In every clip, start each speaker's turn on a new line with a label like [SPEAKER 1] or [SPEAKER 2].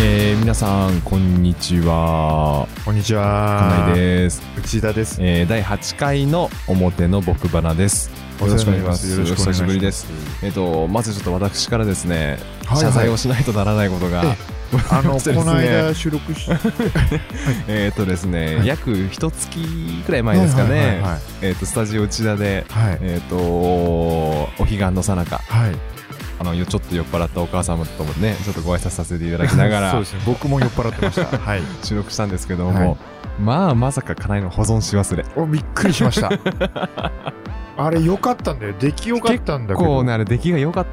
[SPEAKER 1] えー、皆さんこんにちは
[SPEAKER 2] こんにち
[SPEAKER 1] かな
[SPEAKER 2] は。
[SPEAKER 1] いです、
[SPEAKER 2] 内田です。
[SPEAKER 1] えー、第8回の表の僕花ですよろしくお願いします
[SPEAKER 2] よろしくお願いし
[SPEAKER 1] お久
[SPEAKER 2] ます
[SPEAKER 1] しぶりですえっ、とまずちょっと私からですね、
[SPEAKER 2] はい
[SPEAKER 1] 謝罪をしないとならないことが、
[SPEAKER 2] えあの、
[SPEAKER 1] そうですね
[SPEAKER 2] この間収録し、
[SPEAKER 1] えっ、とですね、
[SPEAKER 2] はい
[SPEAKER 1] 約一月くらい前ですかね、
[SPEAKER 2] はいはいはい
[SPEAKER 1] えっ、とスタジオ内田で
[SPEAKER 2] はい。はい。
[SPEAKER 1] えっ、とお彼岸のさなか
[SPEAKER 2] はい
[SPEAKER 1] あのよちょっと酔っ払ったお母様ともねちょっとご挨拶させていただきなが
[SPEAKER 2] そ
[SPEAKER 1] ら
[SPEAKER 2] うですね。僕も酔っ払ってました。 はい。
[SPEAKER 1] 収録したんですけども、
[SPEAKER 2] はい
[SPEAKER 1] まあまさか家内の保存し忘れ
[SPEAKER 2] お、びっくりし ました。あれ、良かったんだよ。出来良かったんだけど。
[SPEAKER 1] 結構ねあれ出来が良かっ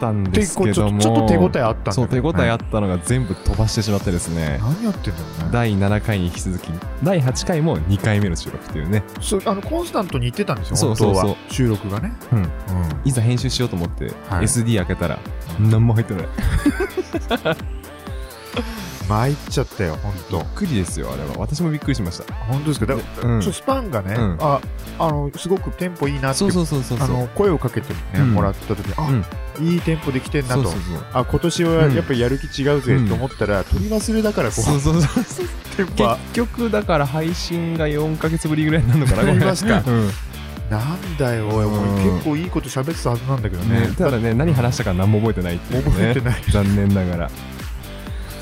[SPEAKER 1] たんで
[SPEAKER 2] 結
[SPEAKER 1] す
[SPEAKER 2] 構
[SPEAKER 1] け
[SPEAKER 2] ちょ
[SPEAKER 1] ど
[SPEAKER 2] っ
[SPEAKER 1] も
[SPEAKER 2] とちょっと手応えあったんだ
[SPEAKER 1] そう手応えあ
[SPEAKER 2] っ
[SPEAKER 1] ったのが全部飛ばしてしまってですね、
[SPEAKER 2] 何やってんだろうね。
[SPEAKER 1] 第7回に引き続き第8回も2回目の収録っていうね
[SPEAKER 2] そうあの、コンスタントに言ってたんですよ、
[SPEAKER 1] そう
[SPEAKER 2] 本
[SPEAKER 1] そう
[SPEAKER 2] 当
[SPEAKER 1] そう
[SPEAKER 2] は。収録がね。
[SPEAKER 1] うん
[SPEAKER 2] うん
[SPEAKER 1] いざ編集しようと思って、
[SPEAKER 2] はい
[SPEAKER 1] SD 開けたら何も入ってないびっ
[SPEAKER 2] 参っちゃったよ、本当
[SPEAKER 1] くりですよあれは私もびっくりしました
[SPEAKER 2] 本当ですか。だから
[SPEAKER 1] うん
[SPEAKER 2] ちょスパンがね
[SPEAKER 1] うん、
[SPEAKER 2] あ、あの、すごくテンポいいなって
[SPEAKER 1] そうそうそうそうそ
[SPEAKER 2] あ
[SPEAKER 1] う
[SPEAKER 2] の声をかけて、ね
[SPEAKER 1] うん
[SPEAKER 2] もらった時に
[SPEAKER 1] うん
[SPEAKER 2] あ、いいテンポできてんな
[SPEAKER 1] そ
[SPEAKER 2] と
[SPEAKER 1] うそうそう
[SPEAKER 2] あ今年はやっぱりやる気違うぜ
[SPEAKER 1] うん
[SPEAKER 2] と思ったら、取り忘れだからこ
[SPEAKER 1] そう
[SPEAKER 2] う
[SPEAKER 1] そうそうそう
[SPEAKER 2] テンポは
[SPEAKER 1] 結局だから配信が4ヶ月ぶりぐらいになるのかなこれ
[SPEAKER 2] なりますか
[SPEAKER 1] うん
[SPEAKER 2] なんだよ、おい
[SPEAKER 1] うん
[SPEAKER 2] もう結構いいこと喋ってたはずなんだけどね
[SPEAKER 1] ね、ただね何話したか何も覚えてないっていう、ね、
[SPEAKER 2] 覚えてない
[SPEAKER 1] 残念ながら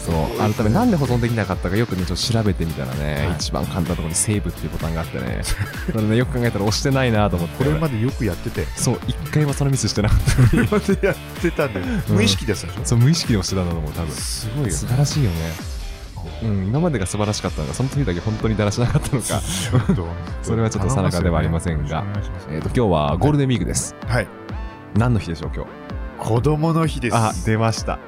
[SPEAKER 1] そう改めてなんで保存できなかったかよくねちょっと調べてみたらね、
[SPEAKER 2] はい
[SPEAKER 1] 一番簡単なところにセーブっていうボタンがあってねそれねよく考えたら押してないなと思って
[SPEAKER 2] これまでよくやっ てて
[SPEAKER 1] そう一回もそのミスしてなかっ
[SPEAKER 2] これまでやってたんだよ、
[SPEAKER 1] うん
[SPEAKER 2] 無意識でしたでしょ
[SPEAKER 1] た そう無意識で押してたんだと思う多分
[SPEAKER 2] すごいよね
[SPEAKER 1] 素晴らしいよねうん、今までが素晴らしかったのがその時だけ本当にだらしなかったのか、
[SPEAKER 2] ちょっと
[SPEAKER 1] それはちょっと定かではありませんが
[SPEAKER 2] 頼ますよねお願
[SPEAKER 1] えー、
[SPEAKER 2] いし
[SPEAKER 1] と今日はゴールデンウィークです
[SPEAKER 2] ますはい
[SPEAKER 1] 何の日でしょう今日
[SPEAKER 2] 子供の日です
[SPEAKER 1] あ出ました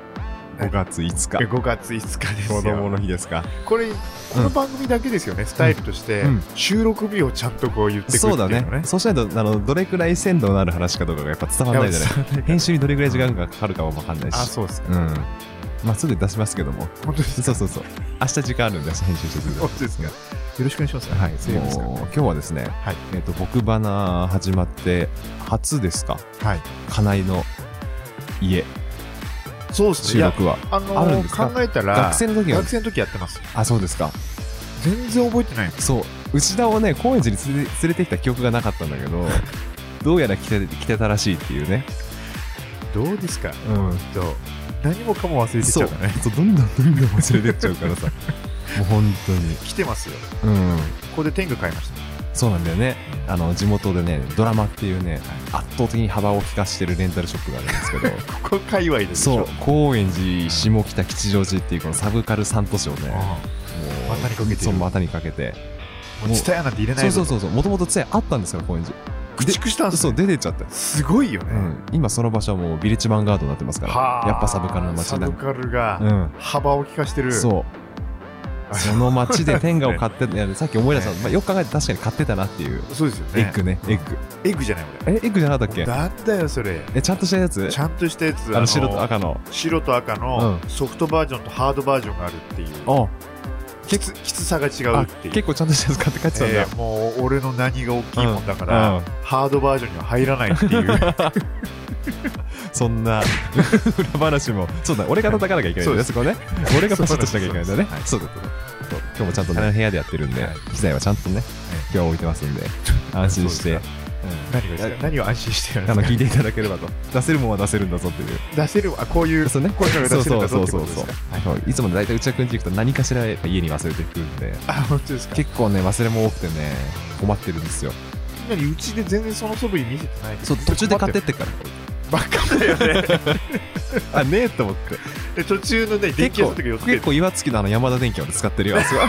[SPEAKER 1] 5月5日
[SPEAKER 2] 5月5日ですよ
[SPEAKER 1] 子供の日ですか
[SPEAKER 2] これこの番組だけですよね、スタイルとして、
[SPEAKER 1] うん
[SPEAKER 2] 収録日をちゃんとこう言ってくるってい
[SPEAKER 1] そううだ
[SPEAKER 2] のね
[SPEAKER 1] ねそうしないとあのどれくらい鮮度のある話かどうかがやっぱ伝わらないじゃない
[SPEAKER 2] やっぱ
[SPEAKER 1] 編集にどれくらい時間がかかるかもわかんないし
[SPEAKER 2] あそうですか、
[SPEAKER 1] うんまあすぐ出しますけども
[SPEAKER 2] 本当です
[SPEAKER 1] そうそうそう明日時間あるんで明日編集してくる
[SPEAKER 2] 本当ですかよろしくお願いします
[SPEAKER 1] はい
[SPEAKER 2] そうですか
[SPEAKER 1] もう今日はですね、
[SPEAKER 2] はい
[SPEAKER 1] えっ、と僕花始まって初ですか
[SPEAKER 2] はい
[SPEAKER 1] 家内の家
[SPEAKER 2] そうですね
[SPEAKER 1] 収
[SPEAKER 2] いや
[SPEAKER 1] 録は
[SPEAKER 2] あ
[SPEAKER 1] あるん
[SPEAKER 2] の
[SPEAKER 1] ですか
[SPEAKER 2] ー考えたら
[SPEAKER 1] 学生の時は
[SPEAKER 2] 学生の時やってます
[SPEAKER 1] あそうですか
[SPEAKER 2] 全然覚えてない
[SPEAKER 1] そう内田をね高円寺に連れ連れてきた記憶がなかったんだけ どどうやら来て来てたらしいっていうね、
[SPEAKER 2] どうですか
[SPEAKER 1] うん、
[SPEAKER 2] と何もかも忘れてきち
[SPEAKER 1] そ
[SPEAKER 2] ゃ
[SPEAKER 1] う
[SPEAKER 2] うからね
[SPEAKER 1] そうどんどんどんどん忘れてっちゃうから さもう本当に
[SPEAKER 2] 来てますよ
[SPEAKER 1] うん
[SPEAKER 2] ここで天狗買いました
[SPEAKER 1] そうなんだよねあの地元でねドラマっていうね圧倒的に幅を利かしてるレンタルショップがあるんです けど
[SPEAKER 2] ここ界隈でし
[SPEAKER 1] そ
[SPEAKER 2] ょ
[SPEAKER 1] う高円寺下北吉祥寺っていうこのサブカル3都市をねも
[SPEAKER 2] あ
[SPEAKER 1] う
[SPEAKER 2] 股にかけてる
[SPEAKER 1] そう股にかけて
[SPEAKER 2] あもうツタヤなんて入れな
[SPEAKER 1] そ
[SPEAKER 2] いう
[SPEAKER 1] そ
[SPEAKER 2] ぞ
[SPEAKER 1] うそうそうもともとつやあったんですよ高円寺
[SPEAKER 2] 駆逐したんす
[SPEAKER 1] そう
[SPEAKER 2] ね
[SPEAKER 1] 出てっちゃって、
[SPEAKER 2] すごいよ
[SPEAKER 1] う
[SPEAKER 2] ね
[SPEAKER 1] ん、今その場所はもうビレッジマンガードになってますから
[SPEAKER 2] はあ
[SPEAKER 1] やっぱサブカルの街
[SPEAKER 2] サ
[SPEAKER 1] だ
[SPEAKER 2] ブカルが
[SPEAKER 1] うん
[SPEAKER 2] 幅を利かしてる
[SPEAKER 1] そう
[SPEAKER 2] あ
[SPEAKER 1] その街で天下を 買っていやさっき思い出したの、まあ、よく考えて確かに買ってたなっていう
[SPEAKER 2] そうですよ
[SPEAKER 1] エ
[SPEAKER 2] ね
[SPEAKER 1] ッグね、エッグ。
[SPEAKER 2] エッグじゃない
[SPEAKER 1] え、エッグじゃなかったっ
[SPEAKER 2] 俺
[SPEAKER 1] け
[SPEAKER 2] なんだよそれ
[SPEAKER 1] え、ちゃんとしたやつ
[SPEAKER 2] ちゃんとしたやつ
[SPEAKER 1] あの、白と赤の。
[SPEAKER 2] 白と赤のソフトバージョンとハードバージョンがあるっていう、
[SPEAKER 1] あ、
[SPEAKER 2] きつきつさが違う
[SPEAKER 1] あ
[SPEAKER 2] っていう
[SPEAKER 1] 結構ちゃんとしたやつ買って帰ってたんだ
[SPEAKER 2] え
[SPEAKER 1] よ。
[SPEAKER 2] ーもう俺の何が大きいもんだか
[SPEAKER 1] う
[SPEAKER 2] ら、
[SPEAKER 1] んうん
[SPEAKER 2] ハードバージョンには入らないっていう
[SPEAKER 1] そんな 裏話も。そうだ、俺が叩かなきゃいけないんだ
[SPEAKER 2] そうで
[SPEAKER 1] ね、
[SPEAKER 2] す
[SPEAKER 1] そこね。 俺がパチッとしなきゃいけないんだね
[SPEAKER 2] は。い
[SPEAKER 1] そうだ、そうだそう今日もちゃんとね、部屋でやってるんで
[SPEAKER 2] はい、
[SPEAKER 1] 機材はちゃんとね、今日は置いてますん で、安心して、
[SPEAKER 2] そうで何がですか何を安心してる
[SPEAKER 1] あ
[SPEAKER 2] ん
[SPEAKER 1] の、
[SPEAKER 2] です
[SPEAKER 1] 聞
[SPEAKER 2] か
[SPEAKER 1] いていただければと。出せるもんは出せるんだぞって いう。
[SPEAKER 2] 出せるあこういう
[SPEAKER 1] そうね。
[SPEAKER 2] こういうのが
[SPEAKER 1] そ
[SPEAKER 2] 出
[SPEAKER 1] う
[SPEAKER 2] せるん
[SPEAKER 1] そ
[SPEAKER 2] だ
[SPEAKER 1] うそ
[SPEAKER 2] ぞっ
[SPEAKER 1] う
[SPEAKER 2] て
[SPEAKER 1] そう
[SPEAKER 2] ことです
[SPEAKER 1] そ
[SPEAKER 2] か
[SPEAKER 1] う。いつも大体内田君ち行くと何かしらやっぱ家に忘れてくるんで、
[SPEAKER 2] あ本当ですか
[SPEAKER 1] 結構ね、忘れも多くてね、困ってるんですよ。
[SPEAKER 2] みんなにうちで全然その素振り見せてない
[SPEAKER 1] そう途中で買ってってっから
[SPEAKER 2] ばっかだよね
[SPEAKER 1] あねえと思って
[SPEAKER 2] で途中のね
[SPEAKER 1] 結
[SPEAKER 2] 電気屋
[SPEAKER 1] 構
[SPEAKER 2] さんとか寄って
[SPEAKER 1] 結構岩槻のあの山田電機まで使ってるよあそこ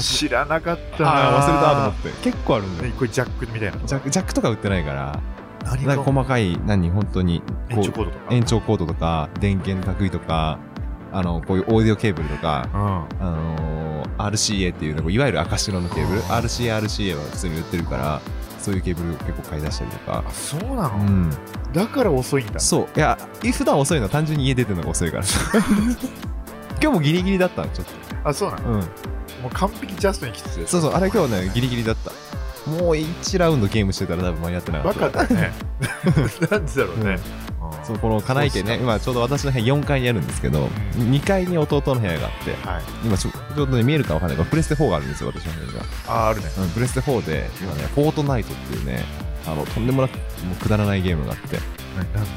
[SPEAKER 2] 知らなかった
[SPEAKER 1] あ
[SPEAKER 2] な
[SPEAKER 1] 忘れたと思って結構あるんだよ
[SPEAKER 2] ねこれジャックみたいなの
[SPEAKER 1] ジャックジャックとか売ってないから
[SPEAKER 2] 何
[SPEAKER 1] な
[SPEAKER 2] が
[SPEAKER 1] んか細かい何本当にこう
[SPEAKER 2] 延長コードとか
[SPEAKER 1] 延長コードとか電源の類とかあのこういうオーディオケーブルとか
[SPEAKER 2] うん
[SPEAKER 1] あのー RCA っていうねこういわゆる赤白のケーブル
[SPEAKER 2] あ
[SPEAKER 1] RCARCA は普通に売ってるからそういうケーブルを結構買い出したりとか
[SPEAKER 2] あそうな
[SPEAKER 1] う
[SPEAKER 2] の、
[SPEAKER 1] ん
[SPEAKER 2] だから遅いんだ
[SPEAKER 1] そういや普段遅いのは単純に家出てるのが遅いから 今日もギリギリだったちょっ
[SPEAKER 2] あそうな
[SPEAKER 1] と、
[SPEAKER 2] の、もう完璧ジャストに来てて
[SPEAKER 1] そうそうあれ今日ねギリギリだったもう1ラウンドゲームしてたら多分間に合ってなか
[SPEAKER 2] バ
[SPEAKER 1] った
[SPEAKER 2] カだねなんでだろうね、うん
[SPEAKER 1] そうこの金井家
[SPEAKER 2] そうっ
[SPEAKER 1] ね
[SPEAKER 2] すか
[SPEAKER 1] 今ちょうど私の部屋4階にあるんですけど、
[SPEAKER 2] う
[SPEAKER 1] 2階に弟の部屋があって
[SPEAKER 2] はい。
[SPEAKER 1] 今ちょちょうどね見えるかわかんないけどプレステ4があるんですよ私の部屋が、
[SPEAKER 2] あー、あるね。
[SPEAKER 1] うん、プレステ4で今ね「フォートナイト」っていうねあのとんでもなくもうくだらないゲームがあって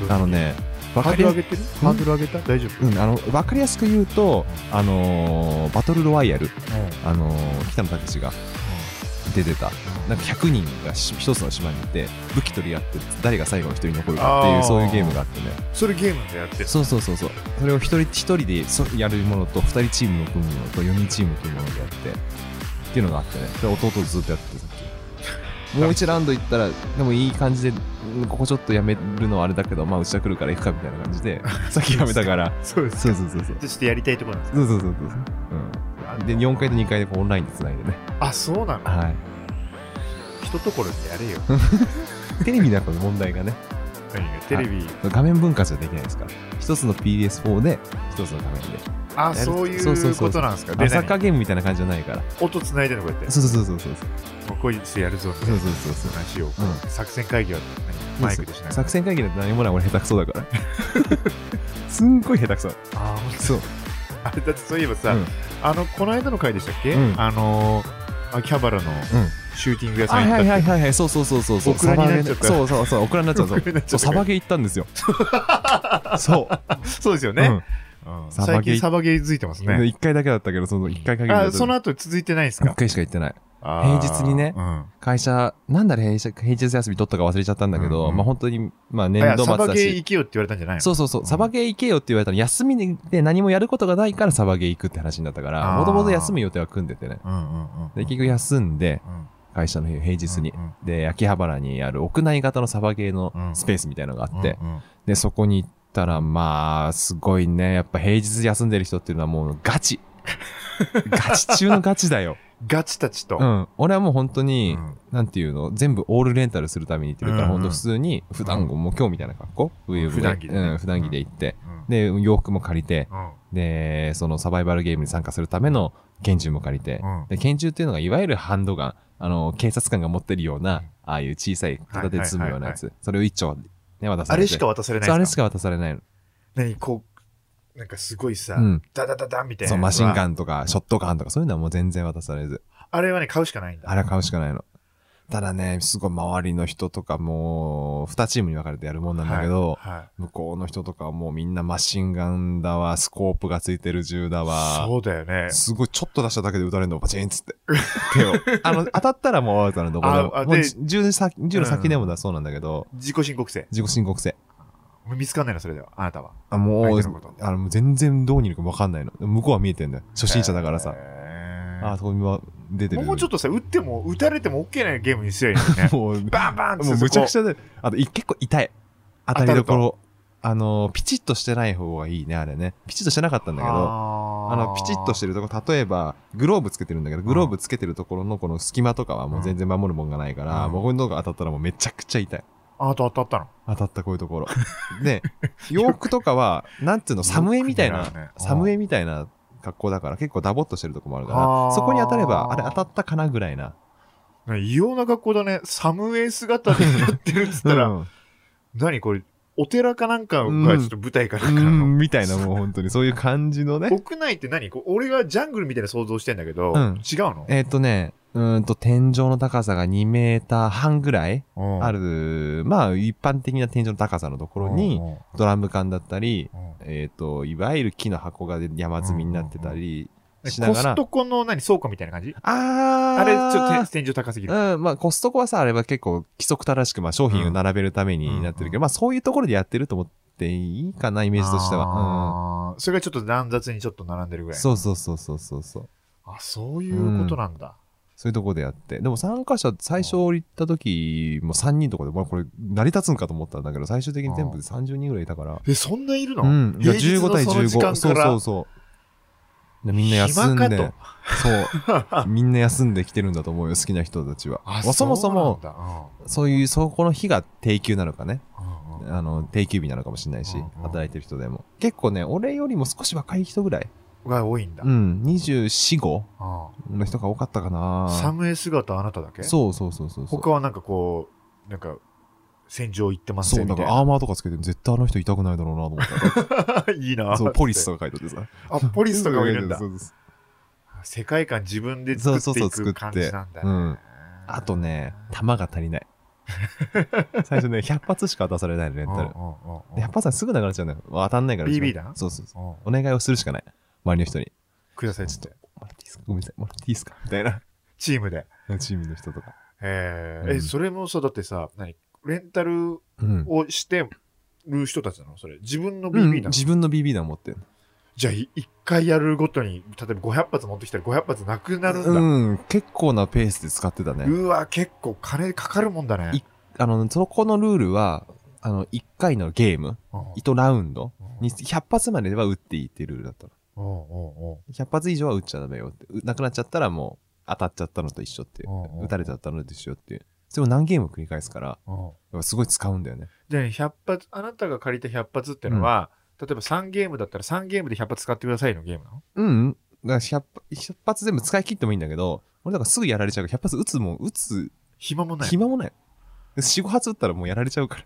[SPEAKER 1] あのねわ
[SPEAKER 2] ハ
[SPEAKER 1] か
[SPEAKER 2] ー
[SPEAKER 1] り
[SPEAKER 2] ドル
[SPEAKER 1] や
[SPEAKER 2] 上げてるハードル上げた大丈夫
[SPEAKER 1] うん、あの分かりやすく言うと、あのーバトルロワイヤル、
[SPEAKER 2] うん
[SPEAKER 1] あのー北野武が出てたなんか100人がし一つの島にいて武器取り合って誰が最後の一人に残るかってい
[SPEAKER 2] あー
[SPEAKER 1] うそういうゲームがあってね
[SPEAKER 2] それゲームでやってる。
[SPEAKER 1] そうそうそうそうそれを一人一人でそやるものと二人チームの組むものと四人チームの組むものでやってっていうのがあってねそれ弟とずっとやっててさっきもう一ラウンド行ったらでもいい感じでうんここちょっとやめるのはあれだけどまあうちは来るから行くかみたいな感じでさっきやめたから
[SPEAKER 2] そうです。
[SPEAKER 1] そうそうそうそう
[SPEAKER 3] ちょっとやりたいところなんです
[SPEAKER 1] そうそうそうそうそううんで4階と2階でこうオンラインでつないでね
[SPEAKER 2] あ、そうなの
[SPEAKER 1] はい
[SPEAKER 2] 一ところでやれよ。
[SPEAKER 1] テレビだと問題がね
[SPEAKER 2] 何がテレビ。
[SPEAKER 1] 画面分割はできないですから一つの PS4 で一つの画面で
[SPEAKER 2] あ、
[SPEAKER 1] やる
[SPEAKER 2] そうい
[SPEAKER 1] そうそう
[SPEAKER 2] う
[SPEAKER 1] そう
[SPEAKER 2] ことなんですか。で、
[SPEAKER 1] あサッカ
[SPEAKER 2] 何
[SPEAKER 1] ーゲームみたいな感じじゃないから
[SPEAKER 2] 音つないでるのこうやって。
[SPEAKER 1] そうそうそうそうそう
[SPEAKER 2] もうこいつやるぞ。
[SPEAKER 1] そうそうそうそう
[SPEAKER 2] 話を
[SPEAKER 1] う
[SPEAKER 2] 作戦会議は何マイクでしながら
[SPEAKER 1] 作戦会議だと何もない俺下手くそだから すんごい下手くそ
[SPEAKER 2] あーほんと
[SPEAKER 1] そう
[SPEAKER 2] あれだ ってそういえば
[SPEAKER 1] う
[SPEAKER 2] さ
[SPEAKER 1] ん
[SPEAKER 2] あのこの間の回でしたっけ
[SPEAKER 1] うん
[SPEAKER 2] あのー秋葉原の
[SPEAKER 1] うん
[SPEAKER 2] シューティング屋さ
[SPEAKER 1] は
[SPEAKER 2] ん
[SPEAKER 1] い
[SPEAKER 2] 行
[SPEAKER 1] は
[SPEAKER 2] っ
[SPEAKER 1] い
[SPEAKER 2] た
[SPEAKER 1] は
[SPEAKER 2] っ
[SPEAKER 1] い
[SPEAKER 2] て
[SPEAKER 1] はいはいそうそうそうそうそう
[SPEAKER 2] オクラになっちゃった
[SPEAKER 1] サバゲーねそうそうそうオクラになっちゃった
[SPEAKER 2] オクラになっちゃ
[SPEAKER 1] そ
[SPEAKER 2] っ
[SPEAKER 1] うサ
[SPEAKER 2] た
[SPEAKER 1] バゲー行ったん ですよそう
[SPEAKER 2] そうですよ
[SPEAKER 1] う
[SPEAKER 2] ね
[SPEAKER 1] ん
[SPEAKER 2] うん
[SPEAKER 1] サバ
[SPEAKER 2] 最
[SPEAKER 1] ゲー
[SPEAKER 2] 近サバゲー続いてます
[SPEAKER 1] で
[SPEAKER 2] ね
[SPEAKER 1] 一回だけだったけどその一回限りだ
[SPEAKER 2] あ
[SPEAKER 1] と
[SPEAKER 2] その後続いてないです
[SPEAKER 1] 一
[SPEAKER 2] か
[SPEAKER 1] 回しか行ってない
[SPEAKER 2] あー
[SPEAKER 1] 平日にね
[SPEAKER 2] うん
[SPEAKER 1] 会社なんだろう平日平日休み取ったか忘れちゃったんだけど、
[SPEAKER 2] うんうん
[SPEAKER 1] まあ本当にまあ
[SPEAKER 2] あ
[SPEAKER 1] 年
[SPEAKER 2] いや
[SPEAKER 1] 度末
[SPEAKER 2] サバ
[SPEAKER 1] だ
[SPEAKER 2] ゲ
[SPEAKER 1] し
[SPEAKER 2] ー行けよって言われたんじゃないの
[SPEAKER 1] そうそうそうう、
[SPEAKER 2] ん
[SPEAKER 1] サバゲー行けよって言われたら、休みで何もやることがないからサバゲー行くって話になったから、
[SPEAKER 2] あー
[SPEAKER 1] もともと休む予定は組んでてね。
[SPEAKER 2] うんうんうん
[SPEAKER 1] で、結局休んで、
[SPEAKER 2] うん
[SPEAKER 1] 会社の日、平日に
[SPEAKER 2] うん。うん
[SPEAKER 1] で、秋葉原にある屋内型のサバゲーの
[SPEAKER 2] うん
[SPEAKER 1] スペースみたいなのがあ
[SPEAKER 2] うん
[SPEAKER 1] って、
[SPEAKER 2] うん
[SPEAKER 1] で、そこに行ったら、まあ、すごいね。やっぱ平日休んでる人っていうのはもうガ チ。ガチ中のガチだよ。
[SPEAKER 2] ガチたちと
[SPEAKER 1] うん。俺はもう本当に、
[SPEAKER 2] うん
[SPEAKER 1] なんていうの全部オールレンタルするためにっていうから、
[SPEAKER 2] うんう
[SPEAKER 1] ほ
[SPEAKER 2] ん
[SPEAKER 1] んと普通に、普段もう今日みたいな格好ウェーブ
[SPEAKER 2] 普段着でね
[SPEAKER 1] うん、普段着で行って。
[SPEAKER 2] うん
[SPEAKER 1] で、洋服も借りて、
[SPEAKER 2] うん
[SPEAKER 1] で、そのサバイバルゲームに参加するための拳銃も借りて、
[SPEAKER 2] うん
[SPEAKER 1] で拳銃っていうのがいわゆるハンドガン、あの、警察官が持ってるような、ああいう小さい片手で積むようなやつ、それを一丁、ね、渡さ
[SPEAKER 2] あ
[SPEAKER 1] れ
[SPEAKER 2] れ
[SPEAKER 1] て。
[SPEAKER 2] しか渡されない
[SPEAKER 1] そうあれ
[SPEAKER 2] で
[SPEAKER 1] し
[SPEAKER 2] す
[SPEAKER 1] か渡されないの。
[SPEAKER 2] 何こうなんかすごいさ
[SPEAKER 1] うん。
[SPEAKER 2] ダダダダンみたいな
[SPEAKER 1] そう、マシンガ
[SPEAKER 2] ン
[SPEAKER 1] ンとか、ショットガンとか、そういうのはもう全然渡されず、
[SPEAKER 2] あれはね買うしかないんだ
[SPEAKER 1] あれは買うしかないの。ただね、すごい周りの人とかもう、二チームに分かれてやるもんなんだけど、
[SPEAKER 2] は
[SPEAKER 1] 向こうの人とかはもうみんなマシンガンだわ、スコープがついてる銃だ
[SPEAKER 2] い
[SPEAKER 1] わ。
[SPEAKER 2] そうだよね
[SPEAKER 1] すごい、ちょっと出しただけで撃たれるの、バチンっつって。手を。 あの、当たったらもうアウトなんでどこで
[SPEAKER 2] ああ
[SPEAKER 1] も。もう
[SPEAKER 2] で
[SPEAKER 1] じ銃の先銃の先でもだそうなんだけど、
[SPEAKER 2] 自己申告制
[SPEAKER 1] 自己申告制。
[SPEAKER 2] 見つかんないのそれではあなたは
[SPEAKER 1] あ、もう
[SPEAKER 2] 相手のこと、
[SPEAKER 1] あの、もう全然どうにいるか分かんないの。向こうは見えてんだよ。初心者だからさ。
[SPEAKER 2] へー
[SPEAKER 1] あ、そこには出てる。
[SPEAKER 2] もうちょっ
[SPEAKER 1] っ
[SPEAKER 2] とさ打っても打たれても OK なゲームにすりゃいいのにね
[SPEAKER 1] もう、も
[SPEAKER 2] バンバンって
[SPEAKER 1] うむちゃくち
[SPEAKER 2] ゃ
[SPEAKER 1] ゃで、あと、い結構痛い。当たりどころ。あの、ピチッとしてない方がいいね、あれね。ピチッとしてなかったんだけど、あの、ピチッとして
[SPEAKER 2] る
[SPEAKER 1] るとこ、例えば、グローブつけてるんだけど、グローブつけてるところのこの隙間とかはもう全然守るもんがないから、
[SPEAKER 2] うん
[SPEAKER 1] 僕のとこ当たったらもうめちゃくちゃ痛い。
[SPEAKER 2] あなた当たったの
[SPEAKER 1] 当たったこういうところ。で、洋服とかは、なんていうの、サムエみたい
[SPEAKER 2] よく狙うね
[SPEAKER 1] な、
[SPEAKER 2] うん
[SPEAKER 1] サムエみたいな格好だから、結構ダボっとしてるとこもあるか
[SPEAKER 2] あー
[SPEAKER 1] ら、そこに当たれば、あれ当たったかなぐらいな。
[SPEAKER 2] なんか異様な格好だねサムエイ姿でやってるっつったら、
[SPEAKER 1] うん
[SPEAKER 2] 何これお寺かなんか
[SPEAKER 1] う
[SPEAKER 2] が
[SPEAKER 1] ん
[SPEAKER 2] ちょっと舞台か
[SPEAKER 1] う
[SPEAKER 2] なんかなの、
[SPEAKER 1] ん、みたいな、もう本当に、そういう感じのね。
[SPEAKER 2] 国内って何こう俺がジャングルみたいな想像してんだけど、
[SPEAKER 1] うん
[SPEAKER 2] 違うの
[SPEAKER 1] えっとね、うーんと、天井の高さが2メーター半ぐらい
[SPEAKER 2] うん
[SPEAKER 1] ある、まあ、一般的な天井の高さのところに、
[SPEAKER 2] うん
[SPEAKER 1] ドラム缶だったり、
[SPEAKER 2] うんうん
[SPEAKER 1] えっ、と、いわゆる木の箱が山積みになってたりしな
[SPEAKER 2] コ
[SPEAKER 1] がら、
[SPEAKER 2] ストコの何倉庫みたいな感じ
[SPEAKER 1] あー
[SPEAKER 2] あれちょっと天天井高すぎる、
[SPEAKER 1] うん、まあコストコはさ、あれは結構規則正しく、まあ商品を並べるためになってるけど、まあそういうところでやってると思っていいかな、イメージとしては。
[SPEAKER 2] は、それがちょっと乱雑にちょっと並んでる
[SPEAKER 1] う
[SPEAKER 2] ぐ
[SPEAKER 1] ん。
[SPEAKER 2] らい
[SPEAKER 1] そうそうそうそうそうそう。
[SPEAKER 2] あそういうことなんだ、
[SPEAKER 1] そういうところでやって。でも参加者、最初行った時も3人とかで、まあこれ成り立つんかと思ったんだけど、最終的に全部で30人ぐらいいたから。
[SPEAKER 2] えそんないるの、
[SPEAKER 1] うん。いや、15対
[SPEAKER 2] 平日の
[SPEAKER 1] 15。
[SPEAKER 2] そ
[SPEAKER 1] そう
[SPEAKER 2] の時間から
[SPEAKER 1] そうそう。でみんな休ん
[SPEAKER 2] 暇
[SPEAKER 1] で
[SPEAKER 2] か、
[SPEAKER 1] そう。みんな休んできてるんだと思うよ、好きな人たちは。まあそもそも、
[SPEAKER 2] そうなん
[SPEAKER 1] そういう、そこの日が定休なのかね。
[SPEAKER 2] だうんうんうん
[SPEAKER 1] あの、定休日なのかもしれないし
[SPEAKER 2] うんうん、
[SPEAKER 1] 働いてる人でも。結構ね、俺よりも少し若い人ぐらい。
[SPEAKER 2] が多いんだ、
[SPEAKER 1] うん、24、5
[SPEAKER 2] あ
[SPEAKER 1] の人が多かったか
[SPEAKER 2] あサ
[SPEAKER 1] な
[SPEAKER 2] ムエ姿あなただけ
[SPEAKER 1] そうそうそうそうそう。
[SPEAKER 2] 他はなんかこうなんか戦場行ってます
[SPEAKER 1] そ
[SPEAKER 2] ね
[SPEAKER 1] う、な
[SPEAKER 2] み
[SPEAKER 1] ん
[SPEAKER 2] たい
[SPEAKER 1] かアーマーとかつけても絶対あの人痛くないだろうなと思った
[SPEAKER 2] な。 いい
[SPEAKER 1] ら。
[SPEAKER 2] な。
[SPEAKER 1] そう、ポリスとか書いてあってさ。
[SPEAKER 2] あ、ポリスとかもいるん だ
[SPEAKER 1] そ。うそうそう
[SPEAKER 2] 世界観自分で作って
[SPEAKER 1] そ
[SPEAKER 2] いう
[SPEAKER 1] そうそう
[SPEAKER 2] く感じなんだね。
[SPEAKER 1] うんあとね、弾が足り ない。最初ね、100発しか渡されないの、レン
[SPEAKER 2] うんうん
[SPEAKER 1] タ
[SPEAKER 2] うん
[SPEAKER 1] ル。
[SPEAKER 2] うん、
[SPEAKER 1] で100発はすぐ流れちゃうのよ。当たんないから。
[SPEAKER 2] BB
[SPEAKER 1] だ
[SPEAKER 2] 弾
[SPEAKER 1] そうそうそう。
[SPEAKER 2] うん
[SPEAKER 1] お願いをするしかない。周りの人に。
[SPEAKER 2] くださいっつって。
[SPEAKER 1] もらっていいですかごめんなさい。もらっていいですかみたいな。
[SPEAKER 2] チームで。
[SPEAKER 1] チームの人とか。
[SPEAKER 2] えー
[SPEAKER 1] う
[SPEAKER 2] え、
[SPEAKER 1] ん
[SPEAKER 2] それもさ、だってさ、何レンタル
[SPEAKER 1] うん。
[SPEAKER 2] をしてる人たちなのそれ。自分の
[SPEAKER 1] うん
[SPEAKER 2] BB なの、
[SPEAKER 1] 自分の BB 弾持ってる。
[SPEAKER 2] じゃあ、い一回やるごとに、例えば500発持ってきたら500発なくなるんだ。う
[SPEAKER 1] うん。結構なペースで使ってたね。
[SPEAKER 2] わ、結構金かかるもんだね
[SPEAKER 1] い。あの、そこのルールは、あの、1回のゲーム、
[SPEAKER 2] うん
[SPEAKER 1] 1ラウンド
[SPEAKER 2] うん
[SPEAKER 1] に100発までは撃っていいっていうルールだったの。
[SPEAKER 2] うんうんうん
[SPEAKER 1] 100発以上は撃っちゃダメよって。うなくなっちゃったらもう当たっちゃったのと一緒っていう
[SPEAKER 2] うんうんうん
[SPEAKER 1] 撃たれちゃったのと一緒っていう。それを何ゲーム繰り返すから、
[SPEAKER 2] う
[SPEAKER 1] や
[SPEAKER 2] ん
[SPEAKER 1] っぱすごい使うんだよね。
[SPEAKER 2] で、100発、あなたが借りた100発ってのは、例えば3ゲームだったら3ゲームで100発使ってくださいのゲームなの
[SPEAKER 1] うん、うん。だから 100, 100発全部使い切ってもいいんだけど、俺だからすぐやられちゃうから100発撃つもん、撃つ
[SPEAKER 2] 暇もない。
[SPEAKER 1] 暇もない。4、5発撃ったらもうやられちゃうか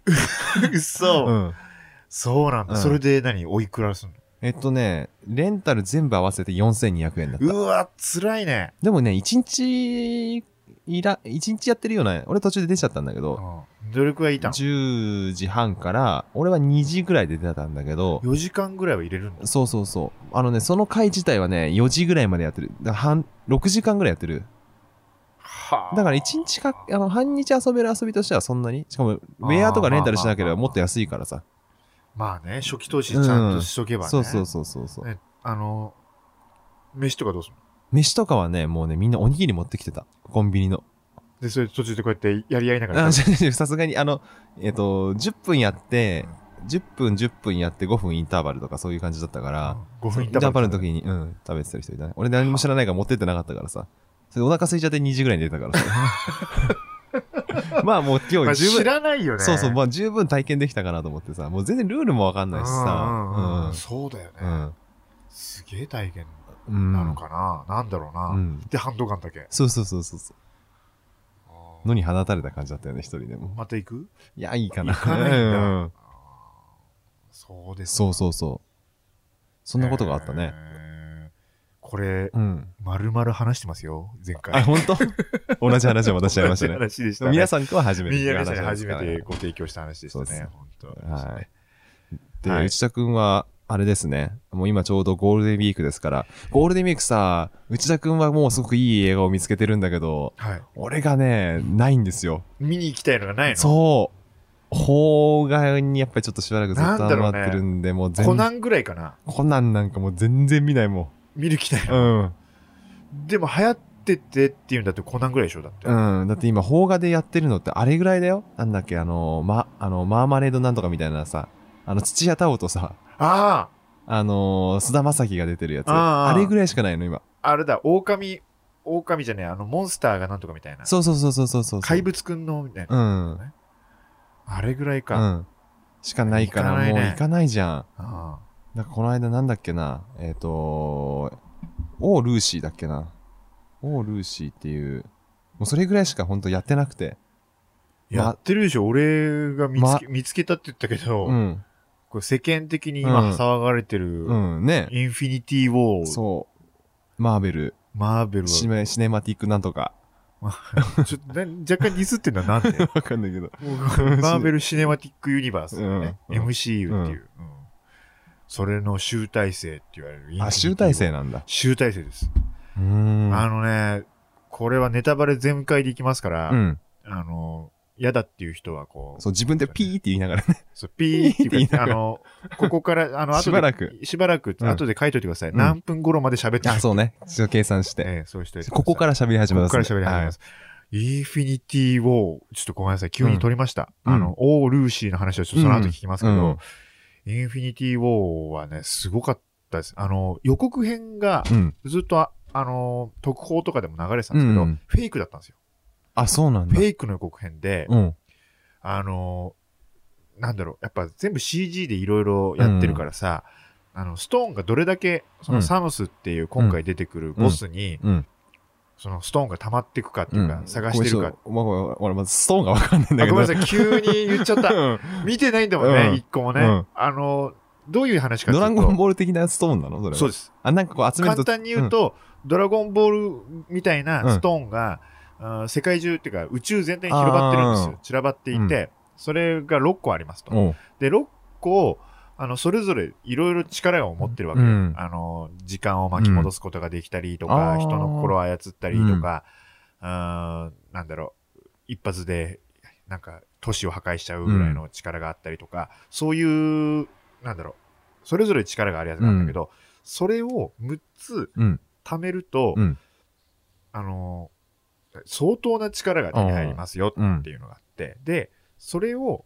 [SPEAKER 1] ら。
[SPEAKER 2] そうう。
[SPEAKER 1] ん。
[SPEAKER 2] そうなんだ。
[SPEAKER 1] うん
[SPEAKER 2] それで何おいくらすんの
[SPEAKER 1] えっとね、レンタル全部合わせて4200円だった。
[SPEAKER 2] うわ、辛いね。
[SPEAKER 1] でもね、1日、いら、一日やってるような、俺途中で出ちゃったんだけど、
[SPEAKER 2] 努力はいたの
[SPEAKER 1] 10時半から、俺は2時ぐらいで出たんだけど、
[SPEAKER 2] 4時間ぐらいは入れるんだ。
[SPEAKER 1] そうそうそう。あのね、その回自体はね、4時ぐらいまでやってる。だから半、6時間ぐらいやってる。
[SPEAKER 2] は
[SPEAKER 1] だから1日か、あの、半日遊べる遊びとしてはそんなに。しかも、ウェアとかレンタルしなければもっと安いからさ。
[SPEAKER 2] まあね、初期投資ちゃんとしとけばね。
[SPEAKER 1] そうそうそうそうそう。
[SPEAKER 2] ねあの、飯とかどうするの
[SPEAKER 1] 飯とかはね、もうね、みんなおにぎり持ってきてた。コンビニの。
[SPEAKER 2] で、それ途中でこうやってやり合いながら
[SPEAKER 1] あ、。違う違うさすがに、あの、えっ、と、10分やって、10分10分やって5分インターバルとかそういう感じだったから、
[SPEAKER 2] 5
[SPEAKER 1] そう
[SPEAKER 2] 分い
[SPEAKER 1] イン
[SPEAKER 2] た
[SPEAKER 1] ターバルの
[SPEAKER 2] に。
[SPEAKER 1] 時に、うん、食べてた人いたね。俺何も知らないから持ってってなかったからさ。それでお腹空いちゃって2時ぐらいに出たから さ。まあもう今
[SPEAKER 2] まあ
[SPEAKER 1] 日十
[SPEAKER 2] 知
[SPEAKER 1] 分、
[SPEAKER 2] らないよね。
[SPEAKER 1] そうそう、
[SPEAKER 2] う
[SPEAKER 1] まあ十分体験できたかなと思ってさ、もう全然ルールもわかんないし
[SPEAKER 2] んうん
[SPEAKER 1] さ
[SPEAKER 2] うん。そうだよ
[SPEAKER 1] うん。う
[SPEAKER 2] ね。
[SPEAKER 1] ん。
[SPEAKER 2] すげえ体験
[SPEAKER 1] うん。
[SPEAKER 2] なのかな。なんだろ
[SPEAKER 1] う
[SPEAKER 2] うな。
[SPEAKER 1] ん。
[SPEAKER 2] で、ハンドガンだけ。
[SPEAKER 1] そうそうそうそうそう。のに放たれた感じだったよね、一人でも。
[SPEAKER 2] また行く
[SPEAKER 1] いや、いいかな。
[SPEAKER 2] 行かないんだ
[SPEAKER 1] うん
[SPEAKER 2] あーそうです
[SPEAKER 1] そうそうそう。そんなことがあったね。
[SPEAKER 2] えー。これ、
[SPEAKER 1] うん。
[SPEAKER 2] まるまる話してますよ、前回。
[SPEAKER 1] あ、 本当同じ話をまたしちゃいました
[SPEAKER 2] 同
[SPEAKER 1] ね。
[SPEAKER 2] じ話でしたね。
[SPEAKER 1] 皆さんとは初めて。
[SPEAKER 2] みんな皆さんに初めて
[SPEAKER 1] で
[SPEAKER 2] ご提供した話でした
[SPEAKER 1] そうです
[SPEAKER 2] ね。本当
[SPEAKER 1] はい
[SPEAKER 2] ではい
[SPEAKER 1] 内田くんは、あれですね。もう今ちょうどゴールデンウィークですから、ゴールデンウィークさ、内田くんはもうすごくいい映画を見つけてるんだけど、
[SPEAKER 2] はい。
[SPEAKER 1] 俺がね、ないんですよ。
[SPEAKER 2] 見に行きたいのがないの
[SPEAKER 1] そう。邦画にやっぱりちょっとしばらくずっと
[SPEAKER 2] なんだろ
[SPEAKER 1] 余
[SPEAKER 2] う
[SPEAKER 1] っ
[SPEAKER 2] ね
[SPEAKER 1] てるんで、もう全
[SPEAKER 2] コナンぐらいかな。
[SPEAKER 1] コナンなんかもう全然見ないも
[SPEAKER 2] 見る気ない
[SPEAKER 1] ん。う
[SPEAKER 2] の。
[SPEAKER 1] ん。
[SPEAKER 2] でも流行っててっていうんだってコナンぐらいでしょ、だって。
[SPEAKER 1] うん。だって今、邦画でやってるのってあれぐらいだよ。なんだっけ、あの、ま、あの、マーマレードなんとかみたいなさ、あの、土屋太鳳とさ、
[SPEAKER 2] あ
[SPEAKER 1] あのー、菅田将暉が出てるやつ。
[SPEAKER 2] ああ
[SPEAKER 1] あ
[SPEAKER 2] あ
[SPEAKER 1] れぐらいしかないの、今。
[SPEAKER 2] あ、あれだ、狼、狼じゃねえ、あの、モンスターがなんとかみたいな。
[SPEAKER 1] そうそうそうそうそうそう。
[SPEAKER 2] 怪物くんの、みたいな。
[SPEAKER 1] うん。う
[SPEAKER 2] あれぐらいか。
[SPEAKER 1] ん。しかないから、
[SPEAKER 2] 行かない
[SPEAKER 1] もう
[SPEAKER 2] ね
[SPEAKER 1] 行かないじゃん。
[SPEAKER 2] あ
[SPEAKER 1] なんかこの間なんだっけな、えっ、とオールーシーだっけな。オールーシーっていう、もうそれぐらいしか本当やってなくて。
[SPEAKER 2] ーやってるでしょ、俺が見つけ、見つけたって言ったけど、
[SPEAKER 1] うん。
[SPEAKER 2] これ世間的に今
[SPEAKER 1] うん
[SPEAKER 2] 騒がれてる、
[SPEAKER 1] うん、ね。
[SPEAKER 2] インフィニティ・ウォー、
[SPEAKER 1] そう。マーベル、
[SPEAKER 2] マーベル
[SPEAKER 1] シ
[SPEAKER 2] は、
[SPEAKER 1] ネシネマティックなんとか。
[SPEAKER 2] ちょっとな若干ディスってんのはなんで
[SPEAKER 1] わかんないけど。
[SPEAKER 2] マーベル・シネマティック・ユニバースだよね、
[SPEAKER 1] うんうん
[SPEAKER 2] MCU っていう、うんそれの集大成って言われる。
[SPEAKER 1] あ、集大成
[SPEAKER 2] な
[SPEAKER 1] なんだ。
[SPEAKER 2] 集大成です、
[SPEAKER 1] うーん。
[SPEAKER 2] あのね、これはネタバレ全開でいきますから、
[SPEAKER 1] うん。
[SPEAKER 2] あの、嫌だっていう人はこう、
[SPEAKER 1] そう、自分でピーって言いながらね。
[SPEAKER 2] そうピーって
[SPEAKER 1] ピー
[SPEAKER 2] い
[SPEAKER 1] って言いうな
[SPEAKER 2] か、
[SPEAKER 1] が
[SPEAKER 2] あ
[SPEAKER 1] ら
[SPEAKER 2] の、ここから、あの、後で
[SPEAKER 1] しばらく。
[SPEAKER 2] しばらく、
[SPEAKER 1] うん
[SPEAKER 2] 後で書いといてください。
[SPEAKER 1] うん
[SPEAKER 2] 何分頃まで喋って
[SPEAKER 1] あ、そうね。一応計算して。
[SPEAKER 2] ええそうしといてくださ
[SPEAKER 1] こ
[SPEAKER 2] い
[SPEAKER 1] こから喋り始めます、
[SPEAKER 2] ここから喋り始めます。インフィニティ・ウォー、ちょっとごめんなさい、急に取りました。
[SPEAKER 1] うん
[SPEAKER 2] あの、オー・ルーシーの話はちょっとその後聞きますけど、
[SPEAKER 1] うん
[SPEAKER 2] インフィニティ・ウォーはね、すごかったです。あの、予告編
[SPEAKER 1] は
[SPEAKER 2] が
[SPEAKER 1] い。うん。
[SPEAKER 2] ずっとあ、あの、特報とかでも流れてたんですけど、
[SPEAKER 1] うん
[SPEAKER 2] フェイクだったんですよ。
[SPEAKER 1] あ、そうなん
[SPEAKER 2] フ
[SPEAKER 1] だ
[SPEAKER 2] ェ。イクの予告編で、
[SPEAKER 1] うん。
[SPEAKER 2] あの、なんだろう、やっぱ全部 CG でいろいろやってるからさ、あの、ストーンがどれだけ、そのサムスっていう今回出てくるボスに、
[SPEAKER 1] うん。
[SPEAKER 2] そのストーンが溜まっていくかっていうか、探してるか。あ
[SPEAKER 1] ごめんちょっとまあ俺、まずストーンがわかんないん
[SPEAKER 2] ご
[SPEAKER 1] だ
[SPEAKER 2] め
[SPEAKER 1] けど。
[SPEAKER 2] んなさい、急に言っちゃった。
[SPEAKER 1] うん
[SPEAKER 2] 見てないんだもんね、
[SPEAKER 1] うん
[SPEAKER 2] 一個もね、
[SPEAKER 1] うん
[SPEAKER 2] あの、どういう話かって
[SPEAKER 1] ド
[SPEAKER 2] いうと
[SPEAKER 1] ラゴンボール的なストーンなのそれは。
[SPEAKER 2] そうです。
[SPEAKER 1] あ、なんかこう集めると。
[SPEAKER 2] 簡単に言うと、ドラゴンボールみたいなストーンが、あー世界中っていうか宇宙全体に広がってるんです
[SPEAKER 1] あー
[SPEAKER 2] よ。散らばっていて、
[SPEAKER 1] う
[SPEAKER 2] それが6個ありますと。
[SPEAKER 1] おう
[SPEAKER 2] で、6個を、あの、それぞれいろいろ力を持ってるわけよ、
[SPEAKER 1] うん
[SPEAKER 2] あの、時間を巻き戻すことができたりとか、
[SPEAKER 1] あー
[SPEAKER 2] 人の心を操ったりとか、あーなんだろう、一発で、なんか、都市を破壊しちゃうぐらいの力があったりとか、そういう、なんだろう、それぞれ力があるやつなんだけど、それを6つ
[SPEAKER 1] うん。
[SPEAKER 2] 貯めると、
[SPEAKER 1] うん
[SPEAKER 2] あの、相当な力が手に入りますよっ
[SPEAKER 1] うん
[SPEAKER 2] って。いうのがあって、で、それを